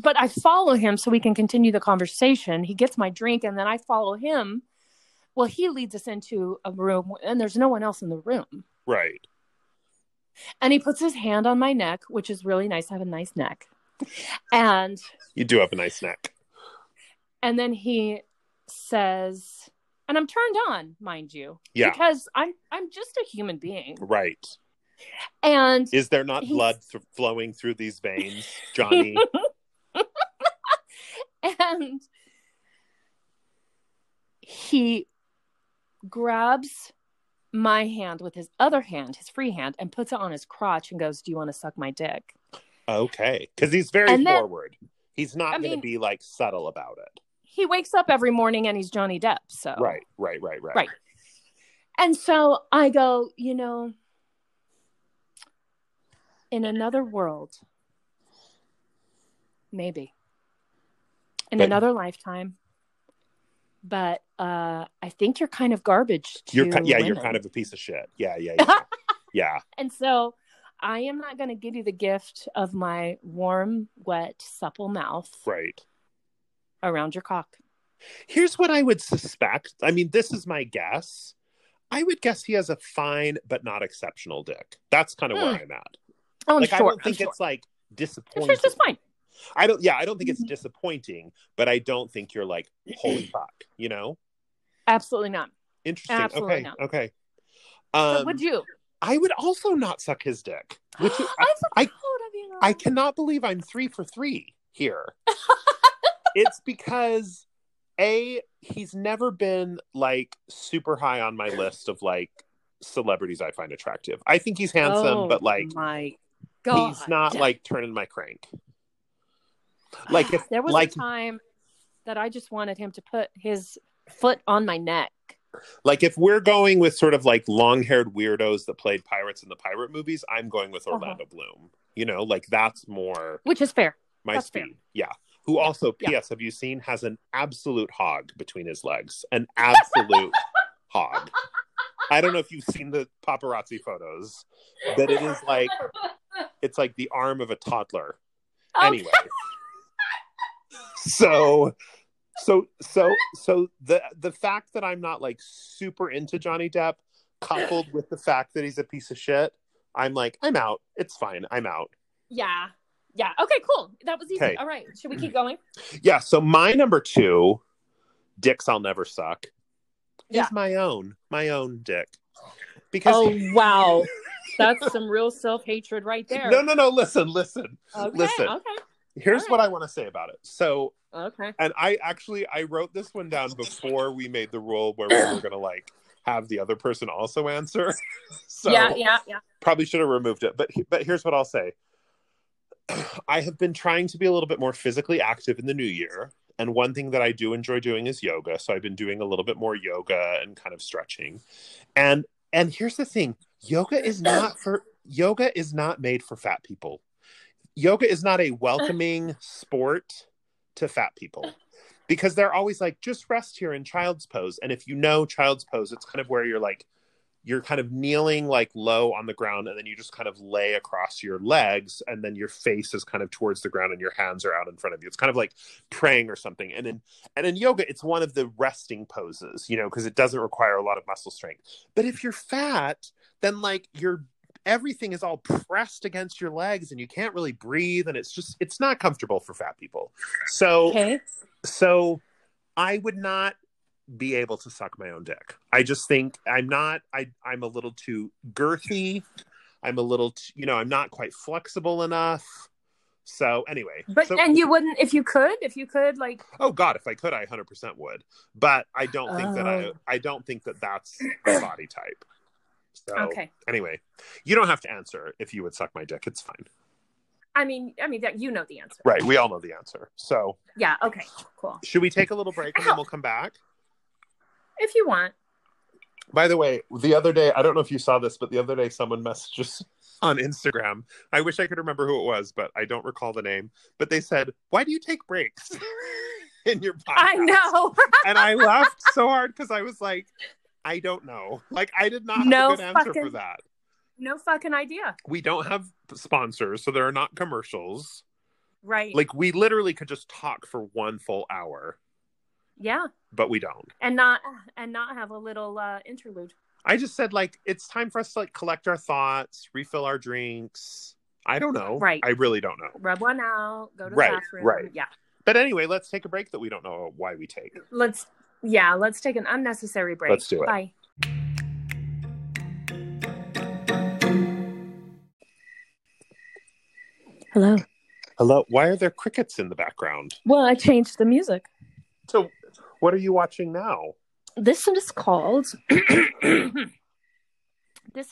C: But I follow him so we can continue the conversation. He gets my drink and then I follow him. Well, he leads us into a room and there's no one else in the room.
A: Right.
C: And he puts his hand on my neck, which is really nice. I have a nice neck. And
A: You do have a nice neck.
C: And then he says, and I'm turned on, mind you.
A: Yeah.
C: Because I'm I'm just a human being.
A: Right.
C: And
A: Is there not
C: He's-
A: blood th- flowing through these veins, Johnny?
C: and he grabs my hand with his other hand, his free hand, and puts it on his crotch and goes, Do you want to suck my dick?
A: Okay, because he's very
C: And then-
A: forward. He's not
C: I
A: going
C: mean-
A: to be like subtle about it.
C: He wakes up every morning and he's Johnny Depp. So
A: Right, right, right, right.
C: Oh. Right. And so I go, you know, in another world, maybe in
A: But-
C: another lifetime, but uh, I think you're kind of garbage. To
A: You're ki- yeah, you're
C: women.
A: kind of a piece of shit. Yeah, yeah, yeah. yeah.
C: And so I am not going to give you the gift of my warm, wet, supple mouth
A: Right.
C: around your cock.
A: Here's what I would suspect. I mean, this is my guess. I would guess he has a fine but not exceptional dick. That's kind of where I'm at.
C: Oh, I'm
A: like
C: sure.
A: I don't
C: I'm
A: think
C: sure.
A: it's like
C: I'm
A: disappointing.
C: sure it's just fine.
A: I don't yeah, I don't think it's
C: Mhm.
A: disappointing, but I don't think you're like, holy fuck, you know?
C: Absolutely not.
A: Interesting.
C: Absolutely
A: okay.
C: not.
A: Okay.
C: So
A: Um,
C: would you?
A: I would also not suck his dick. Which is,
C: I, forgot
A: I-
C: about
A: I cannot believe I'm three for three here. it's because A, he's never been like super high on my list of like celebrities I find attractive. I think he's handsome,
C: Oh,
A: but like
C: my God.
A: he's not like turning my crank. Like if
C: there was
A: like
C: a time that I just wanted him to put his foot on my neck.
A: like if we're going with sort of like long haired weirdos that played pirates in the pirate movies, I'm going
C: Uh-huh.
A: with Orlando Bloom. You know, like that's more
C: Which is fair.
A: my
C: That's fair.
A: speed. Yeah. Who also,
C: yeah.
A: P.S. Have you seen? Has an absolute hog between his legs. An absolute hog. I don't know if you've seen the paparazzi photos, but it is like it's like the arm of a toddler. Anyway, so so so so the the fact that I'm not like super into Johnny Depp, coupled with the fact that he's a piece of shit, I'm like I'm out. It's fine. I'm out.
C: Yeah. Yeah. Okay, cool. That was easy.
A: Okay.
C: All right. Should we keep going?
A: Yeah, so my number two, dicks I'll never suck,
C: Yeah.
A: is my own, my own dick. Because
C: Oh wow. That's some real self hatred right there.
A: no, no, no. Listen, listen.
C: Okay,
A: listen.
C: okay.
A: Here's
C: All
A: what I want to say about it. So,
C: Okay.
A: and I actually I wrote this one down before we made the rule where we were gonna like have the other person also answer. so
C: yeah, yeah, yeah.
A: probably should have removed it. But he- but here's what I'll say. I have been trying to be a little bit more physically active in the new year, and one thing that I do enjoy doing is yoga. So I've been doing a little bit more yoga and kind of stretching. And and here's the thing, yoga is not for yoga is not made for fat people. Yoga is not a welcoming sport to fat people. Because they're always like, just rest here in child's pose. And if you know child's pose, it's kind of where you're like you're kind of kneeling like low on the ground and then you just kind of lay across your legs and then your face is kind of towards the ground and your hands are out in front of you it's kind of like praying or something and in and in yoga it's one of the resting poses you know because it doesn't require a lot of muscle strength but if you're fat then like your everything is all pressed against your legs and you can't really breathe and it's just it's not comfortable for fat people so
C: Okay.
A: so I would not be able to suck my own dick. I just think I'm not I I'm a little too girthy. I'm a little t- you know, I'm not quite flexible enough. So anyway,
C: But
A: so,
C: and you wouldn't if you could, if you could like
A: oh god, if I could I 100% would. But I don't think that I
C: Oh.
A: I don't think that that's my body type. So
C: Okay.
A: anyway, you don't have to answer if you would suck my dick. It's fine.
C: I mean I mean that you know the answer.
A: Right, we all know the answer. So,
C: Yeah, okay, cool.
A: should we take a little break and then we'll come back?
C: If you want.
A: By the way, the other day, I don't know if you saw this, but the other day someone messaged us on Instagram. I wish I could remember who it was, but I don't recall the name. But they said, Why do you take breaks in your podcast?
C: I know.
A: And I laughed so hard because I was like, I don't know. Like, I did not have
C: No
A: a good answer for
C: fucking-
A: that.
C: no fucking idea.
A: We don't have sponsors, so there are not commercials.
C: Right.
A: Like, we literally could just talk for one full hour,
C: yeah.
A: but we don't.
C: And not and not have a little uh interlude.
A: I just said like it's time for us to like collect our thoughts, refill our drinks. I don't know.
C: Right.
A: I really don't know.
C: Rub one out, go to
A: Right,
C: the bathroom.
A: right.
C: Yeah.
A: But anyway, let's take a break that we don't know why we take.
C: Let's yeah, let's take an unnecessary break.
A: Let's do it.
C: Bye. Hello.
A: Hello. Why are there crickets in the background?
C: Well, I changed the music.
A: So what are you watching now?
C: This is called. this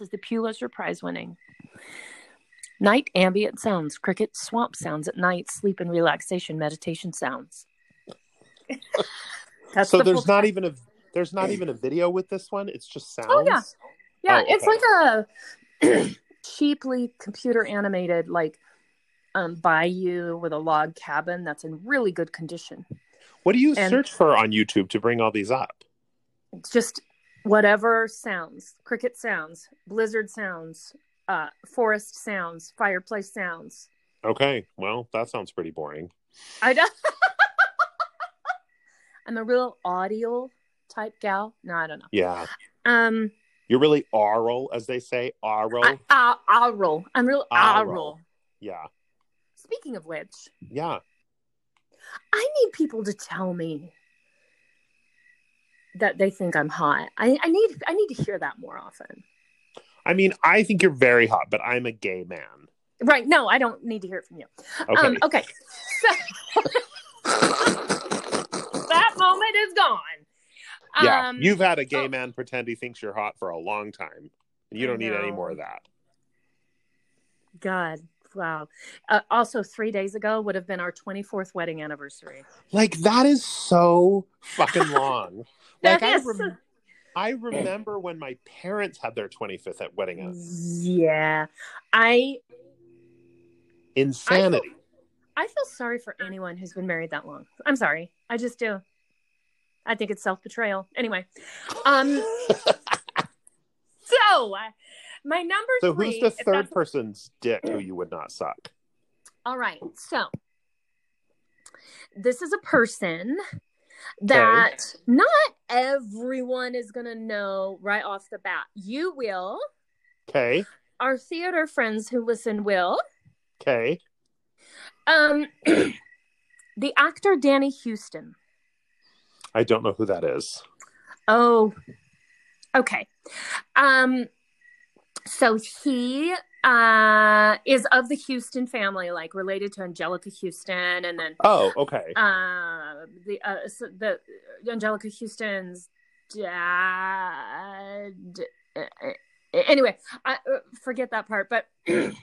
C: is the Pulitzer Prize winning Night ambient sounds, crickets, swamp sounds at night, sleep and relaxation, meditation sounds. That's
A: so
C: the
A: there's
C: full-
A: not even a there's not even a video with this one. It's just sounds.
C: Oh, yeah. Yeah,
A: oh,
C: it's
A: okay.
C: like a cheaply computer animated like um bayou with a log cabin that's in really good condition.
A: What do you
C: And-
A: search for on YouTube to bring all these up?
C: It's just whatever sounds, cricket sounds, blizzard sounds, uh forest sounds, fireplace sounds.
A: Okay, well that sounds pretty boring.
C: I don't I'm a real audio type gal. No, I don't know.
A: Yeah,
C: Um
A: you're really aural, as they say, aural.
C: I, I, I'll roll. I'm real
A: I'll
C: I'll
A: roll.
C: roll.
A: yeah,
C: Speaking of which,
A: yeah.
C: I need people to tell me that they think I'm hot. I, I need I need to hear that more often.
A: I mean, I think you're very hot, but I'm a gay man.
C: Right? No, I don't need to hear it from you.
A: Okay,
C: Um, okay. So that moment is gone.
A: yeah,
C: Um,
A: you've had a gay
C: oh.
A: man pretend he thinks you're hot for a long time. You don't need any
C: No.
A: more of that.
C: God. Wow. Uh, also, three days ago would have been our 24th wedding anniversary.
A: Like that is so fucking long. like
C: That
A: I,
C: is-
A: rem- I remember when my parents had their 25th at wedding.
C: Mm.
A: anniversary.
C: Um, yeah. I
A: Insanity.
C: I feel sorry for anyone who's been married that long. I'm sorry. I just do. I think it's self betrayal. Anyway, um, so uh, my number
A: So
C: three.
A: who's the
C: if
A: third
C: that's- Mm.
A: person's dick who you would not suck?
C: All right. So this is a person that not everyone is going to know right off the bat. You will.
A: Okay.
C: Our theater friends who listen will.
A: Okay.
C: Um, the actor Danny Houston.
A: I don't know who that is.
C: Oh, okay. Um, so he uh is of the Houston family, like related to Angelica Houston, and then
A: Oh, okay.
C: uh the uh so the Angelica Houston's dad. Uh, Anyway, I uh, forget that part, but.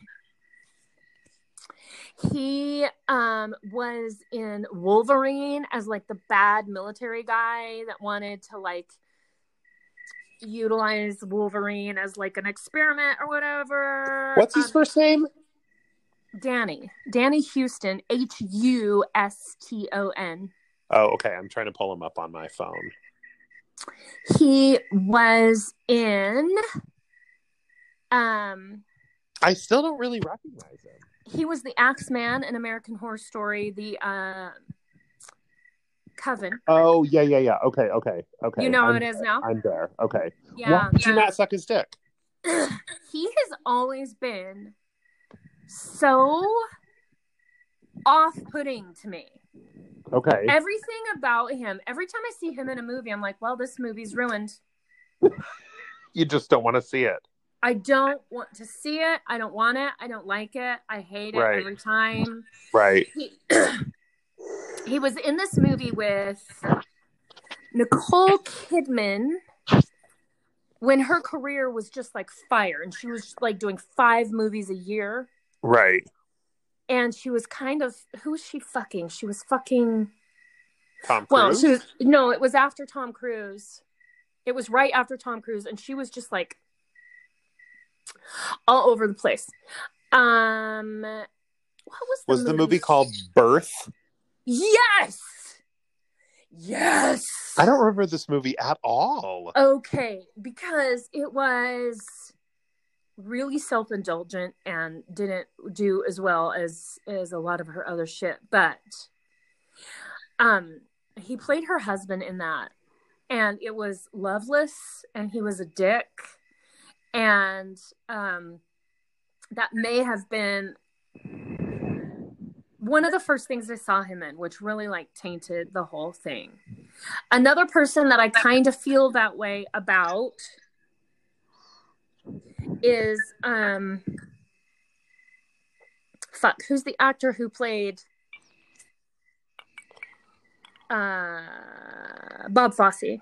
C: He um, was in Wolverine as like the bad military guy that wanted to like utilize Wolverine as like an experiment or whatever.
A: What's his
C: Um,
A: first name?
C: Danny. Danny Houston, H U S T O N.
A: Oh, okay. I'm trying to pull him up on my phone.
C: He was in um
A: I still don't really recognize him.
C: he was the Axeman in American Horror Story, the uh, Coven.
A: Oh, yeah, yeah, yeah. Okay, okay, okay.
C: You know
A: I'm,
C: who it is now?
A: I'm there. Okay. Why
C: Yeah.
A: did you not suck his dick?
C: he has always been so off-putting to me.
A: Okay.
C: Everything about him, every time I see him in a movie, I'm like, well, this movie's ruined.
A: You just don't want to see it.
C: I don't want to see it. I don't want it. I don't like it. I hate it
A: Right.
C: every time.
A: Right.
C: He, he was in this movie with Nicole Kidman when her career was just like fire and she was just like doing five movies a year.
A: Right.
C: And she was kind of, who was she fucking? She was fucking,
A: Tom Cruise.
C: well, she was, no, it was after Tom Cruise. It was right after Tom Cruise. And she was just like all over the place. Um, what was the
A: was the
C: movie?
A: movie called Birth?
C: Yes. Yes.
A: I don't remember this movie at all.
C: Okay, because it was really self-indulgent and didn't do as well as as a lot of her other shit, but um he played her husband in that and it was loveless and he was a dick and um that may have been one of the first things I saw him in, which really like tainted the whole thing. Another person that I kind of feel that way about is um fuck, who's the actor who played uh Bob Fosse.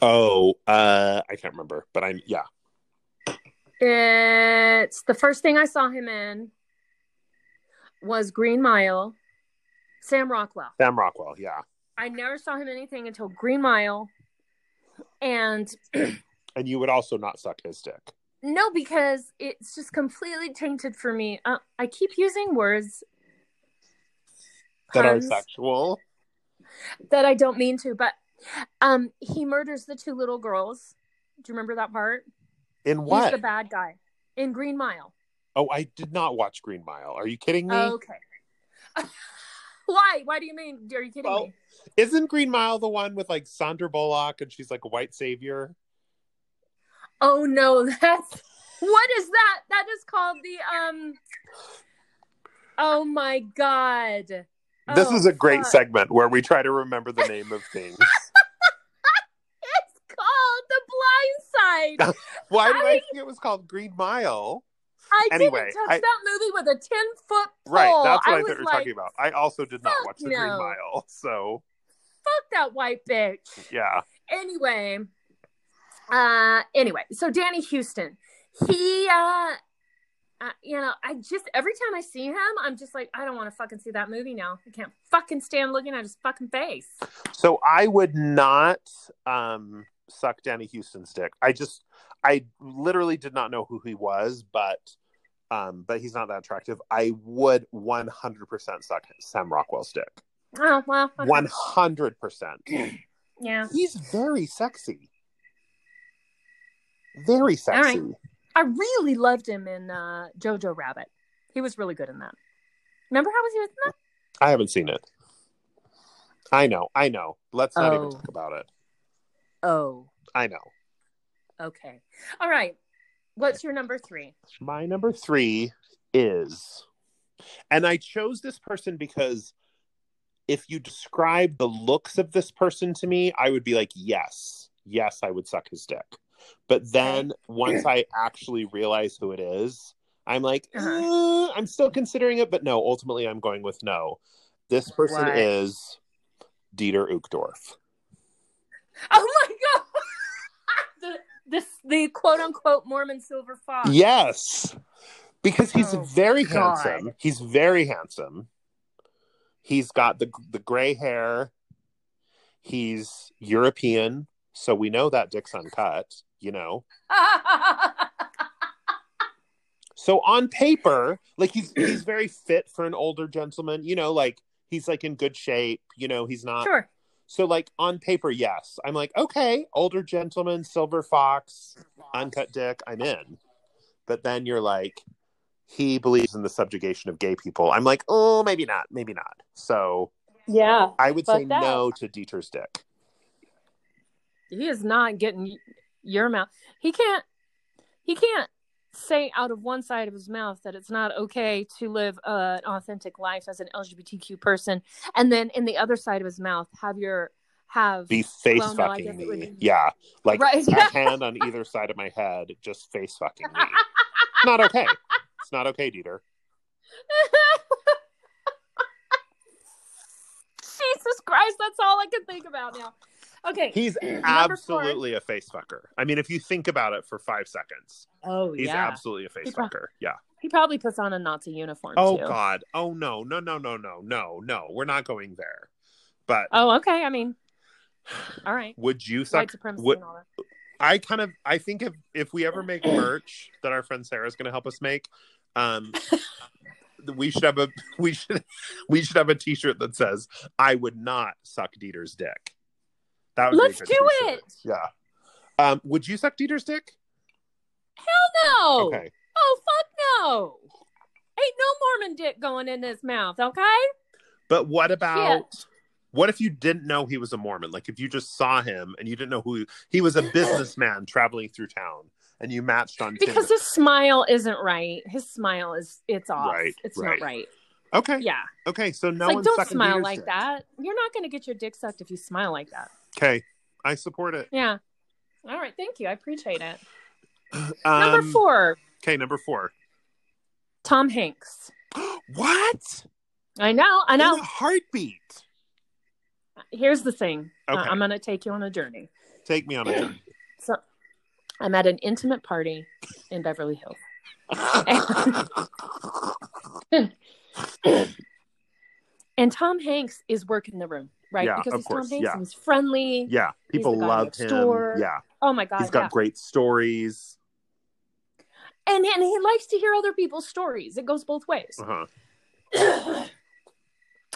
A: Oh, uh, I can't remember, but I'm yeah.
C: It's the first thing I saw him in was Green Mile, Sam Rockwell.
A: Sam Rockwell, yeah.
C: I never saw him in anything until Green Mile. And
A: And you would also not suck his dick.
C: no, because it's just completely tainted for me. Uh, I keep using words
A: That are
C: puns,
A: sexual.
C: that I don't mean to, but um, he murders the two little girls. Do you remember that part?
A: In
C: He's the
A: what?
C: bad guy in Green Mile.
A: Oh, I did not watch Green Mile. Are you kidding me?
C: Okay. Why? Why do you mean? Are you kidding
A: Well,
C: me?
A: Isn't Green Mile the one with like Sandra Bullock and she's like a white savior?
C: Oh no, that's what is that? That is called the um. Oh my god.
A: this
C: Oh,
A: is a great
C: fuck.
A: segment where we try to remember the name of things.
C: It's called The Blind Side.
A: Why did I
C: I-
A: think it was called Green Mile?
C: I
A: Anyway,
C: didn't touch
A: I-
C: that movie with a ten foot pole.
A: Right, that's what I,
C: Oh,
A: thought
C: was
A: you were
C: like,
A: talking about. I also did not
C: fuck
A: watch the Green
C: no.
A: Mile, so
C: Fuck that white bitch.
A: yeah.
C: anyway uh anyway so danny houston he uh I, you know i just every time i see him i'm just like i don't want to fucking see that movie now i can't fucking stand looking at his fucking face
A: So I would not um, suck Danny Houston's dick. I just, I literally did not know who he was, but um, but he's not that attractive. I would 100% suck Sam Rockwell's dick.
C: oh well okay.
A: 100%.
C: yeah
A: He's very sexy. Very sexy.
C: i really loved him in uh jojo rabbit he was really good in that remember how was he was in that
A: I haven't seen it. I know, I know. Let's not even
C: Oh.
A: talk about it.
C: oh
A: I know.
C: okay all right what's your number three
A: My number three is, and I chose this person because if you describe the looks of this person to me, I would be like, yes, yes, I would suck his dick. But then once I actually realize who it is, I'm like,
C: Uh-huh.
A: "Uh, I'm still considering it, but no, ultimately I'm going with no. This person
C: What?
A: is Dieter Uchtdorf.
C: oh my god the, this the quote unquote mormon silver fox
A: Yes. Because he's
C: Oh,
A: very
C: God.
A: handsome. He's very handsome. He's got the the gray hair. He's European, so we know that dick's uncut, you know. So on paper, like he's he's very fit for an older gentleman, you know, like he's like in good shape, you know, he's not
C: sure.
A: So like on paper, yes. I'm like, okay, older gentleman, silver fox, uncut dick, I'm in. But then you're like, he believes in the subjugation of gay people. I'm like, oh, maybe not, maybe not. So
C: Yeah.
A: I would
C: But
A: say
C: that-
A: no to Dieter's dick.
C: He is not getting y- your mouth. He can't he can't say out of one side of his mouth that it's not okay to live uh, an authentic life as an LGBTQ person and then in the other side of his mouth have your have
A: Be face
C: Well, no, I
A: fucking
C: guess it
A: me.
C: would be-
A: Yeah, like
C: Right.
A: a hand on either side of my head, just face fucking me. not okay. It's not okay, Dieter.
C: Jesus Christ, that's all I can think about now. Okay.
A: He's
C: Number four.
A: absolutely a face fucker. I mean, if you think about it for five seconds,
C: oh
A: he's
C: yeah.
A: absolutely a face
C: He pro-
A: fucker. Yeah.
C: he probably puts on a Nazi uniform
A: Oh
C: too.
A: God! Oh no! No! No! No! No! No! No! We're not going there. But
C: Oh, okay. I mean, all right.
A: would you
C: White
A: suck?
C: supremacy
A: what-
C: and all that.
A: I kind of. I think if if we ever make merch that our friend Sarah's going to help us make, um, we should have a we should we should have a T-shirt that says "I would not suck Dieter's dick." That would be a
C: Let's
A: good
C: do
A: t-shirt.
C: it.
A: Yeah. Um, would you suck Dieter's dick?
C: Hell no.
A: Okay.
C: Oh fuck no. Ain't no Mormon dick going in his mouth, okay?
A: But what about what if you didn't know he was a Mormon? Like if you just saw him and you didn't know who he, he was a businessman traveling through town and you matched on
C: Because
A: Tinder.
C: his smile isn't right. His smile is it's off.
A: Right,
C: it's
A: right.
C: not right.
A: Okay.
C: Yeah.
A: Okay. So no
C: it's like
A: one's
C: don't
A: sucking
C: smile
A: Peter's
C: like
A: dick.
C: that. You're not gonna get your dick sucked if you smile like that.
A: Okay. I support it.
C: Yeah. All right, thank you. I appreciate it.
A: Um,
C: Number four,
A: Okay, number four.
C: Tom Hanks.
A: What?
C: I know, I
A: In a
C: know.
A: heartbeat.
C: Here's the thing. Uh, I-
A: Okay.
C: I'm gonna take you on a journey.
A: Take me on a journey.
C: So I'm at an intimate party in Beverly Hills. And Tom Hanks is working the room, right?
A: Yeah,
C: because
A: of
C: he's
A: course,
C: Tom Hanks
A: yeah.
C: and he's friendly.
A: yeah, people
C: the guy
A: love
C: next
A: him.
C: door.
A: Yeah,
C: Oh my god.
A: he's got
C: yeah.
A: great stories.
C: And and he likes to hear other people's stories. It goes both ways.
A: Uh-huh.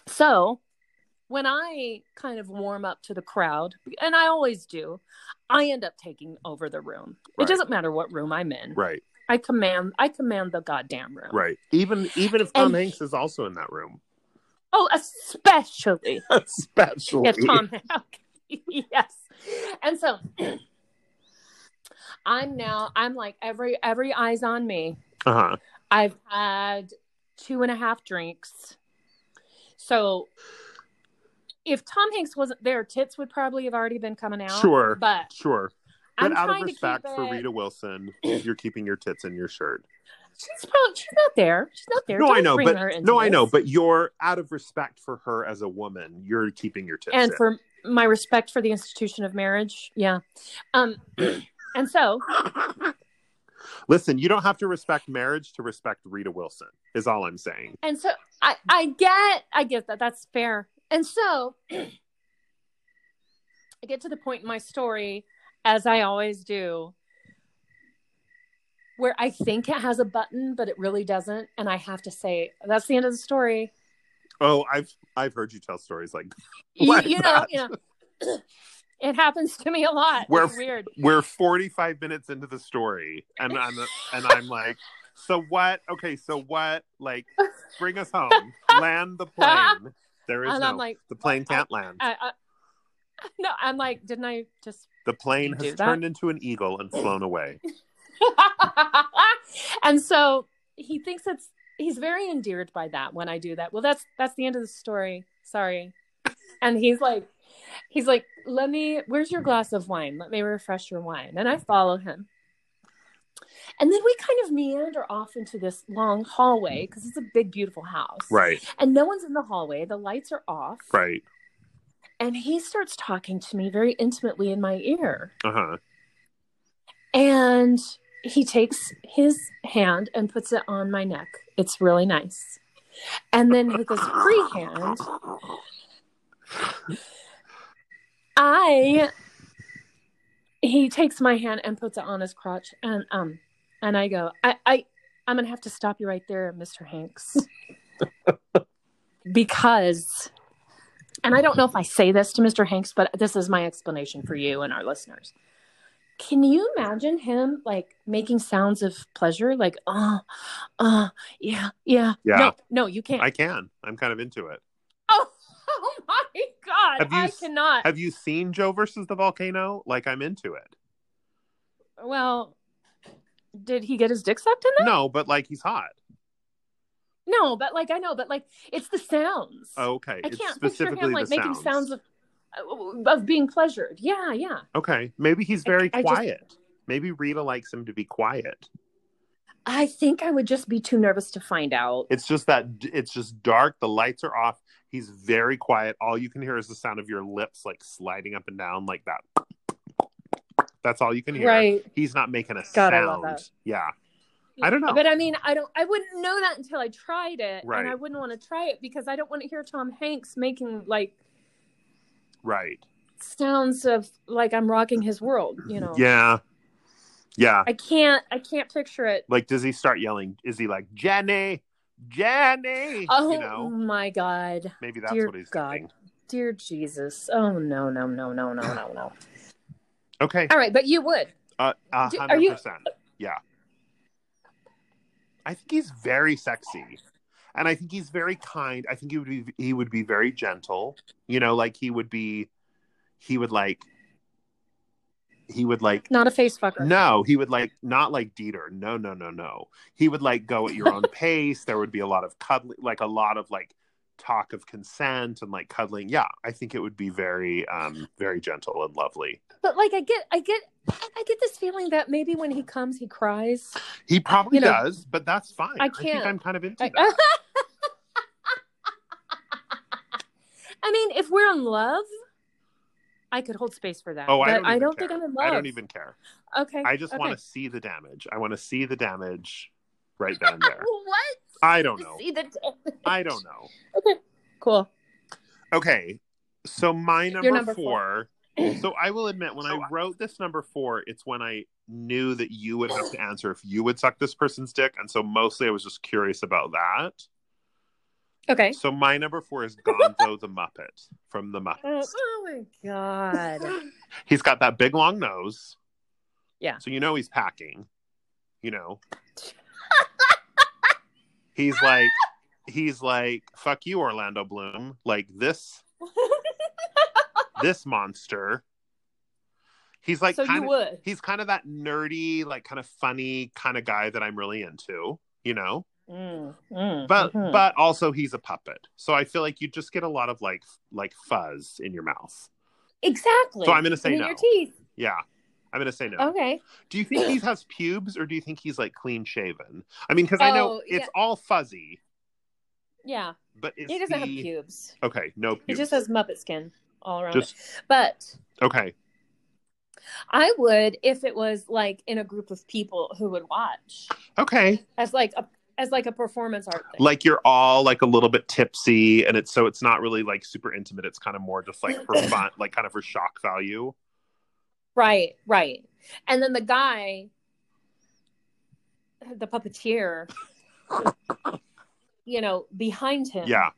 C: So when I kind of warm up to the crowd, and I always do, I end up taking over the room.
A: Right.
C: It doesn't matter what room I'm in.
A: Right,
C: I command I command the goddamn room.
A: right. Even even if Tom
C: And-
A: Hanks is also in that room,
C: Oh, especially
A: especially.
C: yeah, Tom Hanks. yes. And so I'm now I'm like every every eye's on me.
A: Uh-huh.
C: I've had two and a half drinks. So if Tom Hanks wasn't there, tits would probably have already been coming out.
A: Sure.
C: But
A: Sure. But
C: I'm
A: out of
C: trying to keep
A: respect for
C: it-
A: Rita Wilson, you're keeping your tits in your shirt.
C: She's probably she's not there. She's not there.
A: no, I
C: Don't
A: know,
C: bring her
A: but
C: into
A: no, I
C: this.
A: know, but you're out of respect for her as a woman. You're keeping your tits.
C: and
A: in.
C: for my respect for the institution of marriage. Yeah. Um and so
A: Listen, you don't have to respect marriage to respect Rita Wilson. Is all I'm saying.
C: And so I, I get I get that. That's fair. And so I get to the point in my story, as I always do, where I think it has a button, but it really doesn't. And I have to say, that's the end of the story.
A: Oh, I've I've heard you tell stories like
C: You,
A: Like
C: you know,
A: that.
C: you know. It happens to me a lot.
A: Where-
C: It's weird.
A: we're 45 minutes into the story, and I'm and I'm like, so what? Okay, so what? Like, bring us home. Land the plane. There is
C: And
A: no.
C: I'm like,
A: the plane can't land.
C: I, I, no, I'm like, didn't I just
A: the plane
C: do
A: has
C: that?
A: turned into an eagle and flown away.
C: and so he thinks it's he's very endeared by that when I do that. Well, that's that's the end of the story. Sorry. And he's like he's like, "Let me where's your glass of wine? Let me refresh your wine." And I follow him. And then we kind of meander off into this long hallway because it's a big beautiful house.
A: Right,
C: And no one's in the hallway. The lights are off.
A: right.
C: And he starts talking to me very intimately in my ear
A: Uh huh.
C: and he takes his hand and puts it on my neck. It's really nice. And then with his free hand, oh, I he takes my hand and puts it on his crotch and um and I go, I, I I'm gonna have to stop you right there, Mr. Hanks. because and I don't know if I say this to Mr. Hanks, but this is my explanation for you and our listeners. Can you imagine him like making sounds of pleasure? Like, oh, oh, yeah, yeah.
A: Yeah.
C: No, no, you can't.
A: I can. I'm kind of into it.
C: Oh, oh my God.
A: Have you
C: I
A: s-
C: cannot.
A: Have you seen Joe versus the volcano? Like, I'm into it.
C: well, did he get his dick sucked in there?
A: No, but like, he's hot.
C: No, but like, I know, but like, it's the sounds.
A: Oh, okay.
C: I
A: It's
C: can't picture
A: specifically
C: him like
A: the
C: making sounds of uh, of being pleasured. Yeah, yeah.
A: Okay, maybe he's very
C: I- I just-
A: quiet. Maybe Rita likes him to be quiet.
C: I think I would just be too nervous to find out.
A: It's just that it's just dark. The lights are off. He's very quiet. All you can hear is the sound of your lips like sliding up and down like that. That's all you can hear.
C: Right.
A: He's not making a
C: God, I love
A: sound. Yeah. I don't know.
C: But I mean, I don't I wouldn't know that until I tried it.
A: Right.
C: And I wouldn't want to try it because I don't want to hear Tom Hanks making like
A: Right.
C: sounds of like I'm rocking his world, you know.
A: Yeah. Yeah.
C: I can't I can't picture it.
A: Like, does he start yelling? Is he like Jenny, Jenny?
C: Oh
A: you know,
C: my god.
A: maybe that's
C: dear
A: what he's
C: God.
A: thinking.
C: Dear Jesus. Oh no, no, no, no, no, no, no.
A: Okay.
C: All right, but you would.
A: Uh, a
C: Do-
A: hundred
C: are you-
A: percent. Yeah. I think he's very sexy, and I think he's very kind. I think he would be he would be very gentle. You know, like he would be, he would like, he would like.
C: Not a face fucker.
A: No, he would like not like Dieter. No, no, no, no. He would like go at your own pace. There would be a lot of cuddling, like a lot of like talk of consent and like cuddling. Yeah, I think it would be very, um, very gentle and lovely.
C: But like I get I get I get this feeling that maybe when he comes he cries.
A: He probably
C: You know,
A: does, but that's fine.
C: I
A: think
C: can't.
A: I'm kind of into
C: I,
A: that.
C: I mean, if we're in love, I could hold space for that.
A: Oh, I
C: but
A: don't.
C: I
A: even
C: don't
A: care.
C: think I'm in
A: I
C: love.
A: don't even care.
C: Okay.
A: I just
C: okay.
A: want to see the damage. I want to see the damage right then and there.
C: what?
A: I don't know.
C: See the
A: I don't know.
C: Okay. Cool.
A: Okay. So my number,
C: number
A: four.
C: four.
A: so I will admit, when I wrote this number four, it's when I knew that you would have to answer if you would suck this person's dick, and so mostly I was just curious about that.
C: Okay.
A: So my number four is Gonzo the Muppet from the
C: Oh,
A: Muppets.
C: oh my god.
A: He's got that big long nose.
C: Yeah.
A: So you know he's packing. You know. he's like he's like fuck you Orlando Bloom. Like this this monster. He's like
C: so
A: kind
C: you
A: of
C: would.
A: he's kind of that nerdy, like kind of funny kind of guy that I'm really into, you know?
C: Mm, mm,
A: But
C: mhm.
A: but also he's a puppet. So I feel like you just get a lot of like like fuzz in your mouth.
C: exactly.
A: So I'm gonna say
C: And in
A: no.
C: Your Oh, teeth.
A: Yeah. I'm gonna say no.
C: Okay.
A: Do you think he has pubes or do you think he's like clean shaven? I mean, because I know
C: Oh, yeah.
A: it's all fuzzy,
C: Yeah.
A: but it's
C: He doesn't have
A: the-
C: pubes.
A: Okay, no
C: He
A: pubes.
C: just has Muppet skin all around
A: Just-
C: it. But
A: Okay,
C: I would if it was like in a group of people who would watch
A: okay.
C: as like a as like a performance art thing.
A: Like you're all like a little bit tipsy, and it's so it's not really like super intimate. It's kind of more just like for fun, like kind of for shock value.
C: right, right. And then the guy, the puppeteer, you know, behind him
A: Yeah,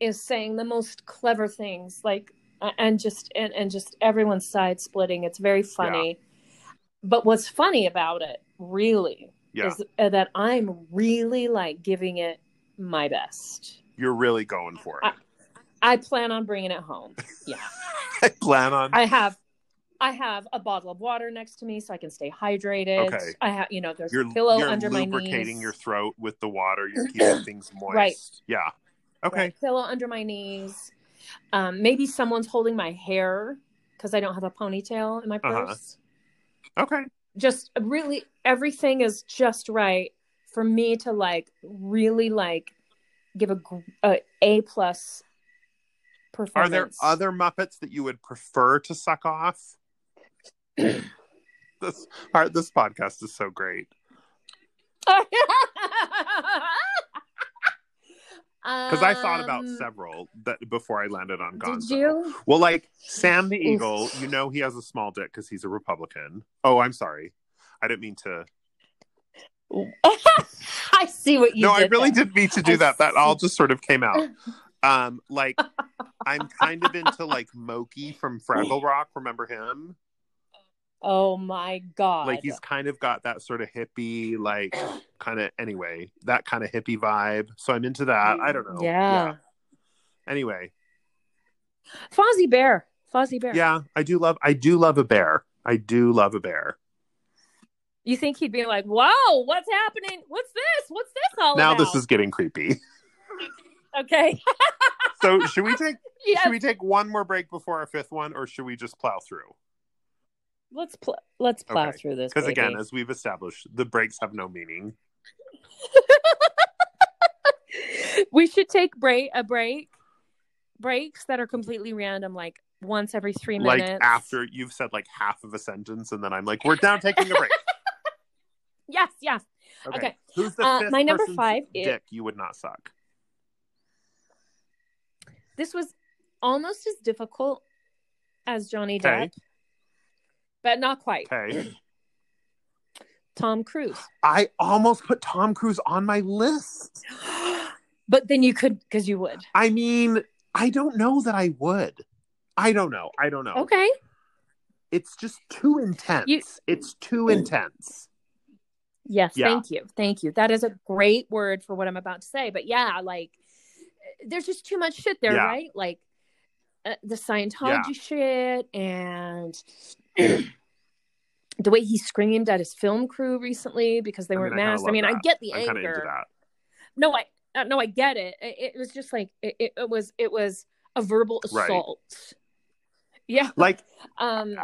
C: is saying the most clever things, like a- and just and, and just everyone's side splitting. It's very funny. But what's funny about it, really,
A: yeah.
C: is uh, that I'm really like giving it my best.
A: You're really going for it.
C: I plan on bringing it home. Yeah.
A: I plan on.
C: I have I have a bottle of water next to me so I can stay hydrated.
A: Okay.
C: I have you know there's
A: You're,
C: a pillow
A: you're
C: under my knees.
A: lubricating your throat with the water. You're keeping things moist.
C: Right.
A: Yeah. Okay.
C: Right, Pillow under my knees. Um, maybe someone's holding my hair cuz I don't have a ponytail in my
A: Uh-huh.
C: purse.
A: Okay.
C: Just uh, really everything is just right for me to like really like give a gr- a, a plus
A: Are there
C: performance.
A: other Muppets that you would prefer to suck off? this our, this podcast is so great. Because I thought about
C: Um,
A: several that before I landed on Gonzo.
C: Did you?
A: Well, like Sam the Eagle, you know he has a small dick because he's a Republican. Oh, I'm sorry. I didn't mean to.
C: I see what you.
A: no,
C: did
A: I really
C: there.
A: did mean to do
C: I
A: that. That all
C: see.
A: just sort of came out. Um, like I'm kind of into like Moki from Fraggle Rock. Remember him?
C: Oh my god!
A: like he's kind of got that sort of hippie like kind of anyway that kind of hippie vibe so i'm into that i don't know
C: Yeah.
A: anyway
C: Fozzie Bear. Fozzie Bear.
A: yeah i do love i do love a bear i do love a bear
C: You think he'd be like, "Whoa, what's happening? What's this? What's this all
A: now
C: about?"
A: this is getting creepy
C: okay.
A: so should we take
C: yeah.
A: should we take one more break before our fifth one or should we just plow through
C: Let's pl- let's plow
A: Okay.
C: through this.
A: because again
C: baby.
A: as we've established the breaks have no meaning
C: we should take break a break breaks that are completely random, like once every three
A: like
C: minutes.
A: after you've said like half of a sentence and then i'm like we're down taking a break
C: Yes. Yes.
A: okay,
C: Okay.
A: who's the
C: Uh,
A: fifth
C: my number
A: person's
C: five is-
A: dick you would not suck
C: This was almost as difficult as Johnny
A: Okay.
C: Depp, but not quite.
A: okay
C: Tom Cruise.
A: I almost put Tom Cruise on my list.
C: but then you could because you would
A: I mean, I don't know that I would. I don't know. I don't know.
C: okay
A: It's just too intense.
C: You-
A: It's too intense.
C: yes
A: Yeah.
C: thank you thank you that is a great word for what i'm about to say but yeah like there's just too much shit there
A: Yeah.
C: right like uh, the scientology shit and the way he screamed at his film crew recently because they
A: I
C: weren't
A: mean, I kinda
C: masked i
A: love
C: mean i
A: that.
C: get
A: I'm
C: the
A: kind of into
C: anger
A: that.
C: no i uh, no i get it it, it was just like it, it- it was it was a verbal
A: Right.
C: assault yeah
A: Like,
C: um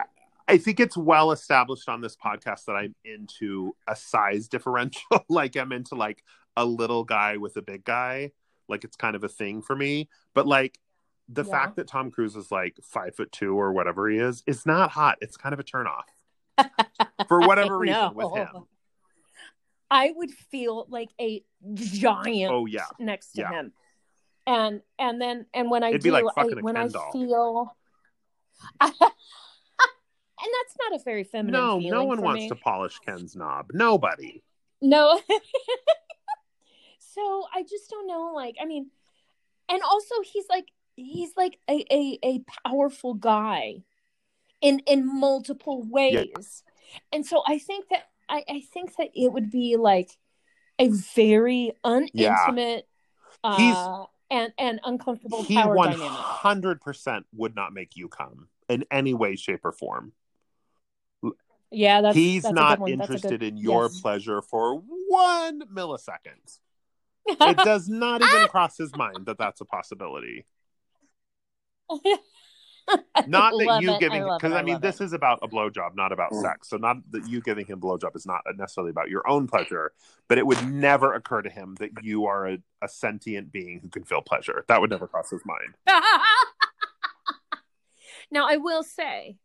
A: I think it's well established on this podcast that I'm into a size differential. like, I'm into like a little guy with a big guy. Like, it's kind of a thing for me. But like, the
C: Yeah.
A: fact that Tom Cruise is like five foot two or whatever he is, is not hot. It's kind of a turn off for whatever reason with
C: know.
A: him.
C: I would feel like a giant
A: Oh yeah,
C: next to
A: Yeah.
C: him. And and then and when I
A: It'd be
C: do
A: like
C: I,
A: fucking a
C: when
A: Ken
C: I
A: doll.
C: feel and that's not a very feminine
A: no,
C: feeling
A: no one
C: for
A: wants
C: me.
A: to polish Ken's knob. Nobody.
C: No. so I just don't know. Like, I mean, and also he's like he's like a a, a powerful guy in in multiple ways. And so I think that I, I think that it would be like a very unintimate
A: He's-
C: uh and and uncomfortable
A: He
C: power
A: one
C: dynamic.
A: hundred percent would not make you come in any way, shape, or form.
C: Yeah, that's
A: He's
C: that's a good
A: not
C: one. That's a good-
A: interested in your
C: yes.
A: pleasure for one millisecond. It does not
C: Ah!
A: even cross his mind that that's a possibility.
C: I
A: Not that
C: love
A: you
C: it.
A: giving
C: love it.
A: because I, mean
C: love
A: this
C: it.
A: is about a blowjob, not about sex. So not that you giving him blowjob is not necessarily about your own pleasure, but it would never occur to him that you are a, a sentient being who can feel pleasure. That would never cross his mind.
C: now I will say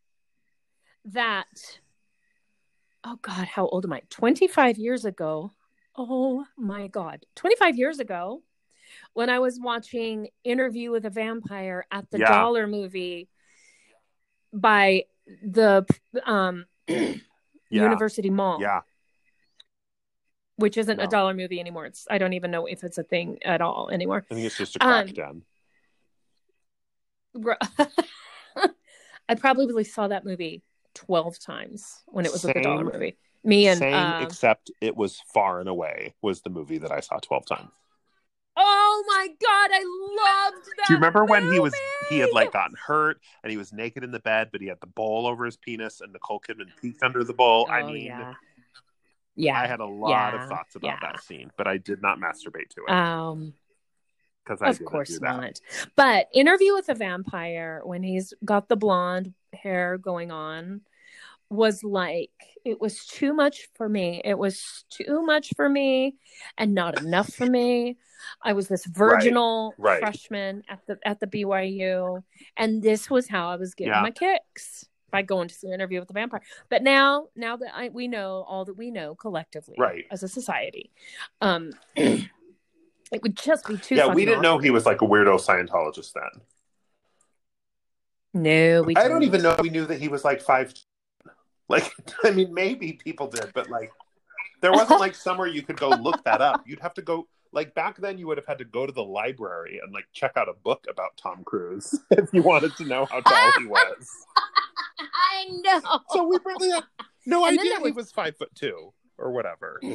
C: that oh god, how old am I? 25 years ago. Oh my god. 25 years ago when I was watching Interview with a Vampire at the
A: Yeah.
C: Dollar Movie by the um
A: Yeah.
C: University Mall,
A: Yeah.
C: which isn't a
A: No.
C: dollar movie anymore. It's I don't even know if it's a thing at all anymore.
A: I think it's just a
C: Um,
A: crack den.
C: Gr- I probably saw that movie 12 times when it was at the dollar
A: Same.
C: movie. Me and
A: Same
C: uh,
A: except it was far and away was the movie that I saw twelve times.
C: Oh my god, I loved that.
A: Do you remember when he was
C: movie!
A: he had like gotten hurt and he was naked in the bed, but he had the bowl over his penis and Nicole Kidman peeked under the bowl? I
C: Oh,
A: mean,
C: yeah. Yeah.
A: I had a lot
C: Yeah.
A: of thoughts about
C: Yeah.
A: that scene, but I did not masturbate to it
C: um
A: because I
C: of
A: didn't do
C: course
A: that.
C: not. But interview with a vampire when he's got the blonde hair going on was like it was too much for me. It was too much for me and not enough for me. I was this virginal
A: right.
C: freshman at the at the BYU and this was how I was getting
A: Yeah.
C: my kicks by going to see an interview with the vampire. But now now that I, we know all that we know collectively
A: Right.
C: as a society um it would just be too
A: Yeah, we
C: fucking
A: didn't know
C: awful.
A: he was like a weirdo Scientologist then.
C: No, we.
A: I don't
C: didn't.
A: even know we knew that he was like five. Like, I mean, maybe people did, but like, there wasn't like somewhere you could go look that up. You'd have to go like back then. You would have had to go to the library and like check out a book about Tom Cruise if you wanted to know how tall he was.
C: I know.
A: So we really had no
C: And then
A: idea
C: there
A: he was five foot two or whatever.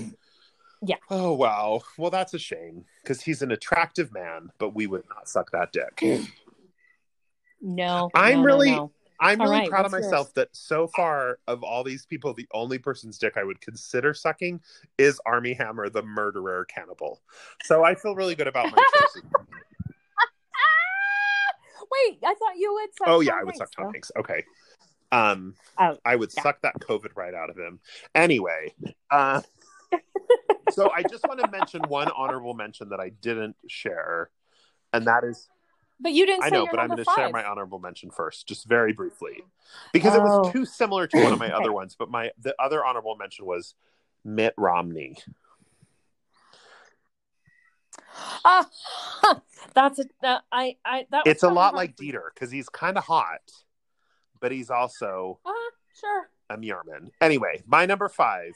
C: Yeah.
A: Oh wow. Well, that's a shame because he's an attractive man, but we would not suck that dick.
C: No,
A: I'm
C: no, no,
A: really-
C: no.
A: I'm
C: All
A: really
C: right,
A: proud of
C: what's
A: myself that so far of all these people, the only person's dick I would consider sucking is Army Hammer, the murderer cannibal. So I feel really good about my choices.
C: Ah! Wait, I thought you would. Suck
A: oh yeah,
C: Tom
A: I would suck
C: Hanks,
A: Tom
C: though.
A: Hanks. Okay. Um,
C: Oh,
A: I would
C: yeah.
A: suck that COVID right out of him. Anyway, uh, so I just want to mention one honorable mention that I didn't share, and that is
C: But you didn't. Say
A: I know,
C: your
A: but I'm
C: number
A: going to share
C: five.
A: my honorable mention first, just very briefly, because it was
C: Oh.
A: too similar to one of my
C: Okay.
A: other ones. But my the other honorable mention was Mitt Romney.
C: Ah, that's a. That, I. I. That. was
A: It's a
C: probably
A: lot
C: hard
A: like
C: for you.
A: Dieter because he's kind of hot, but he's also
C: Ah, sure.
A: a Muirman. Anyway, my number five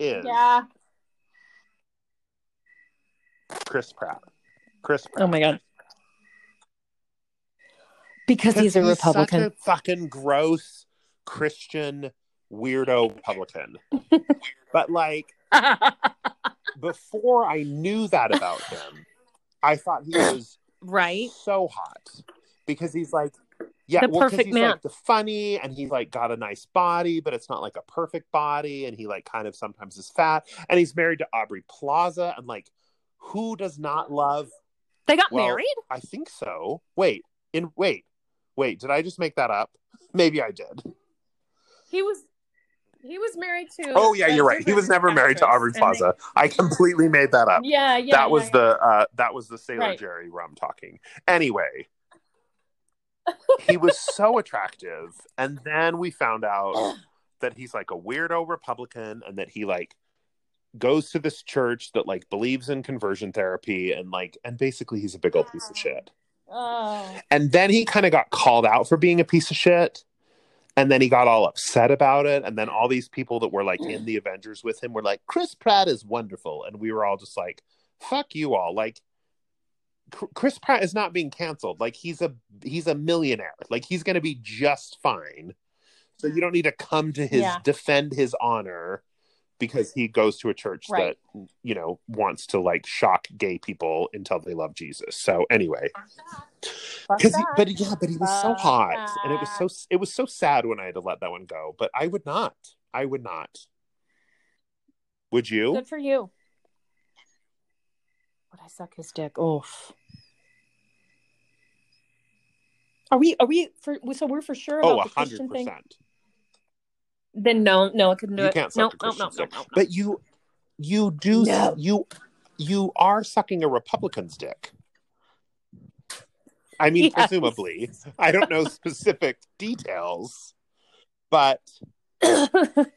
A: is
C: Yeah.
A: Chris Pratt. Chris Pratt.
C: Oh my god. Because he's a
A: such
C: Republican.
A: a fucking gross Christian weirdo Republican. but like before I knew that about him, I thought he was
C: right.
A: so hot because he's like, yeah,
C: The
A: well, 'cause
C: perfect
A: he's
C: man.
A: like the funny and he's like got a nice body, but it's not like a perfect body. And he like kind of sometimes is fat and he's married to Aubrey Plaza. And like, who does not love?
C: They got
A: Well,
C: married.
A: I think so. Wait, in wait, wait, did I just make that up? Maybe I did.
C: He was. He was married to.
A: Oh yeah,
C: a
A: you're right. He
C: different
A: was never married to
C: actress,
A: Aubrey
C: and they-
A: Plaza. I completely made that up.
C: Yeah. Yeah.
A: that
C: yeah,
A: was
C: yeah.
A: the uh, that was the Sailor
C: Right.
A: Jerry rum talking. Anyway, he was so attractive. And then we found out that he's like a weirdo Republican and that he like goes to this church that like believes in conversion therapy and like and basically he's a big old piece of shit.
D: Oh.
A: And then he kind of got called out for being a piece of shit. And then he got all upset about it. And then all these people that were like in the Avengers with him were like, Chris Pratt is wonderful. And we were all just like, fuck you all. Like, Cr- Chris Pratt is not being canceled. Like he's a he's a millionaire. Like he's going to be just fine. So you don't need to come to his
D: Yeah.
A: defend his honor because he goes to a church
D: Right.
A: that you know wants to like shock gay people until they love Jesus. So anyway,
D: Fuck
A: because
D: that.
A: but yeah, but he was so
D: Fuck
A: hot, and it was so
D: that.
A: it was so sad when I had to let that one go. But I would not. I would not. Would you?
D: Good for you. Would I suck his dick? Oof. Are we? Are we? For so we're for sure
A: Oh,
D: about
A: a
D: the Christian
A: hundred
D: thing.
A: percent.
D: Then no, no, I couldn't do
A: you
D: it.
A: can't
D: no,
A: suck
D: no,
A: no,
D: no, no, no, no.
A: But you, you do,
D: No.
A: you, you are sucking a Republican's dick. I mean,
D: Yes.
A: presumably. I don't know specific details, but
D: I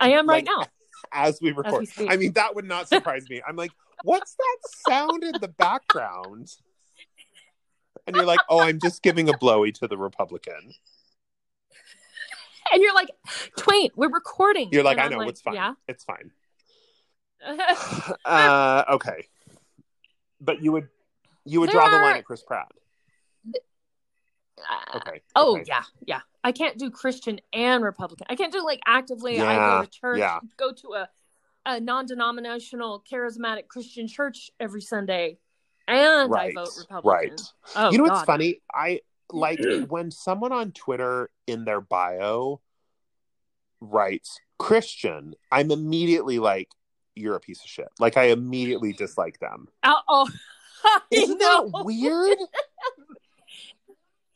D: am right
A: like,
D: now.
A: as we record,
D: speak.
A: I mean, that would not surprise me. I'm like, what's that sound in the background? And you're like, oh, I'm just giving a blowy to the Republican.
D: And you're like, Twain, we're recording.
A: You're like,
D: And
A: I
D: I'm
A: know, it's fine.
D: Yeah.
A: It's fine.
D: I
A: uh, okay, but you would you would
D: There
A: draw the line
D: are-
A: at Chris Pratt. Okay.
D: oh
A: okay.
D: yeah, yeah. I can't do Christian and Republican. I can't do like actively. I
A: Yeah,
D: go to church,
A: yeah.
D: go to a, a non-denominational charismatic Christian church every Sunday, and
A: Right.
D: I vote Republican.
A: Right.
D: Oh,
A: you know what's
D: God.
A: funny? I like when someone on Twitter in their bio writes Christian. I'm immediately like, "You're a piece of shit." Like I immediately dislike them.
D: Oh, oh. I
A: Isn't
D: know.
A: that weird?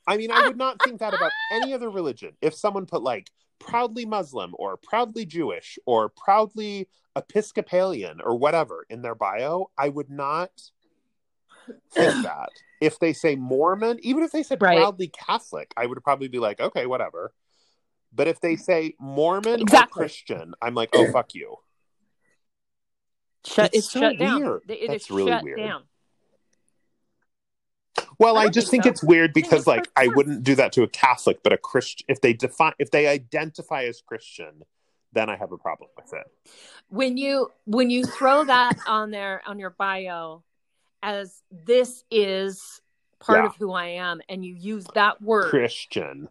A: I mean, I would not think that about any other religion. If someone put like proudly Muslim or proudly Jewish or proudly Episcopalian or whatever in their bio, I would not think that. If they say Mormon, even if they said
D: Right.
A: proudly Catholic, I would probably be like, okay, whatever. But if they say Mormon or
D: Exactly.
A: Christian, I'm like, oh, fuck you.
D: Shut,
A: It's
D: it's,
A: so
D: shut down.
A: weird.
D: It is
A: That's really
D: shut
A: weird.
D: down.
A: Well,
D: I
A: I,
D: don't
A: just
D: think
A: think
D: so.
A: it's weird
D: think
A: because,
D: it's
A: like, I
D: perfect.
A: wouldn't do that to a Catholic, but a Christian. If they define, if they identify as Christian, then I have a problem with it.
D: when you when you throw that on there on your bio as this is part
A: Yeah.
D: of who I am and you use that word
A: Christian,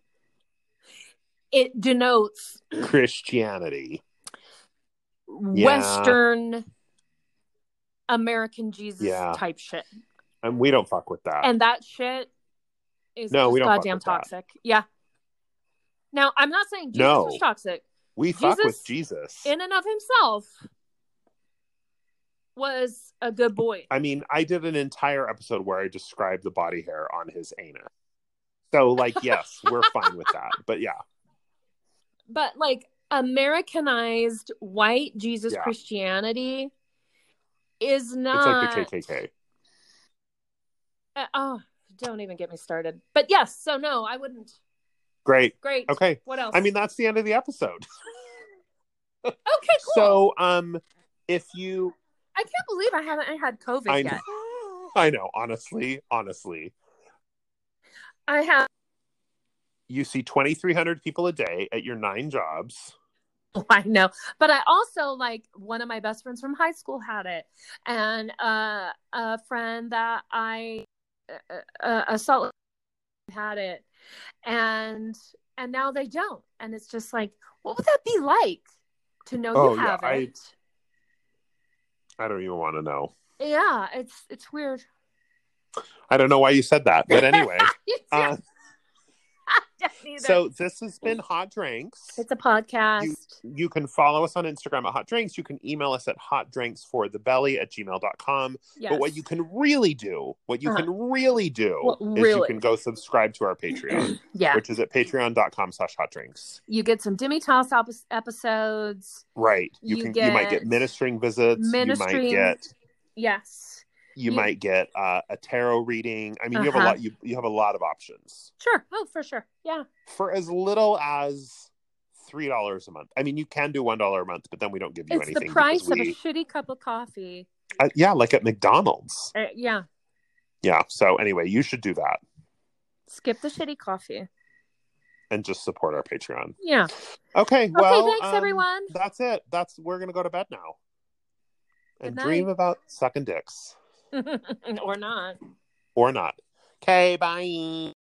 D: it denotes
A: Christianity.
D: western American Jesus
A: Yeah.
D: type shit
A: And we don't fuck with that.
D: and that shit is
A: No,
D: just
A: we don't fuck
D: goddamn
A: with that.
D: toxic yeah now I'm not saying Jesus
A: No.
D: was toxic
A: we fuck
D: Jesus
A: with Jesus.
D: in and of himself was a good boy
A: I mean, I did an entire episode where I described the body hair on his anus. So, like, yes, we're fine with that. But yeah,
D: but like Americanized white Jesus
A: Yeah.
D: Christianity is
A: it's
D: not.
A: like the KKK.
D: uh, oh, don't even get me started. But yes, so no, I wouldn't.
A: Great.
D: Great.
A: Okay.
D: What else?
A: I mean, that's the end of the episode.
D: okay, cool.
A: So, um, if you
D: I can't believe I haven't had COVID
A: I
D: yet.
A: know. I know, honestly, honestly.
D: I have.
A: You see 2,300 people a day at your nine jobs.
D: I know, but I also like one of my best friends from high school had it, and uh, a friend that I uh, uh, assault had it, and and now they don't, and it's just like, what would that be like to know
A: Oh,
D: you
A: yeah,
D: have
A: I-
D: it?
A: I don't even want to know.
D: Yeah, it's it's weird.
A: I don't know why you said that, but anyway. uh, so
D: so
A: this has been Hot Drinks.
D: it's a podcast.
A: You can follow us on Instagram at Hot Drinks. You can email us at hotdrinksforthebelly at gmail.com.
D: yes.
A: But what you can really do, what you
D: Uh-huh.
A: can really do
D: What
A: is you
D: really?
A: can go subscribe to our Patreon,
D: yeah,
A: which is at patreon.com slash hot drinks.
D: you get some Demi Toss op- episodes.
A: Right. You,
D: You
A: can you might
D: get
A: get ministering visits. you
D: ministering-
A: might get
D: Yes.
A: you
C: Yeah.
A: might get uh, a tarot reading. I mean, you have a
C: Uh-huh.
A: lot. You you have a lot of options
C: Sure. Oh, for sure. Yeah.
A: for as little as three dollars a month. I mean, you can do one dollar a month, but then we don't give you
C: It's
A: anything.
C: the price
A: because
C: of a
A: we-
C: shitty cup of coffee.
A: uh, yeah, like at McDonald's.
C: Uh, yeah.
A: Yeah. So anyway, you should do that
C: Skip the shitty coffee.
A: and just support our Patreon.
C: Yeah.
A: Okay. Well,
C: okay. Thanks,
A: um,
C: everyone.
A: That's it. That's we're gonna go to bed now. And
C: Good night.
A: dream about sucking dicks
C: or not.
A: or not. Okay. Bye.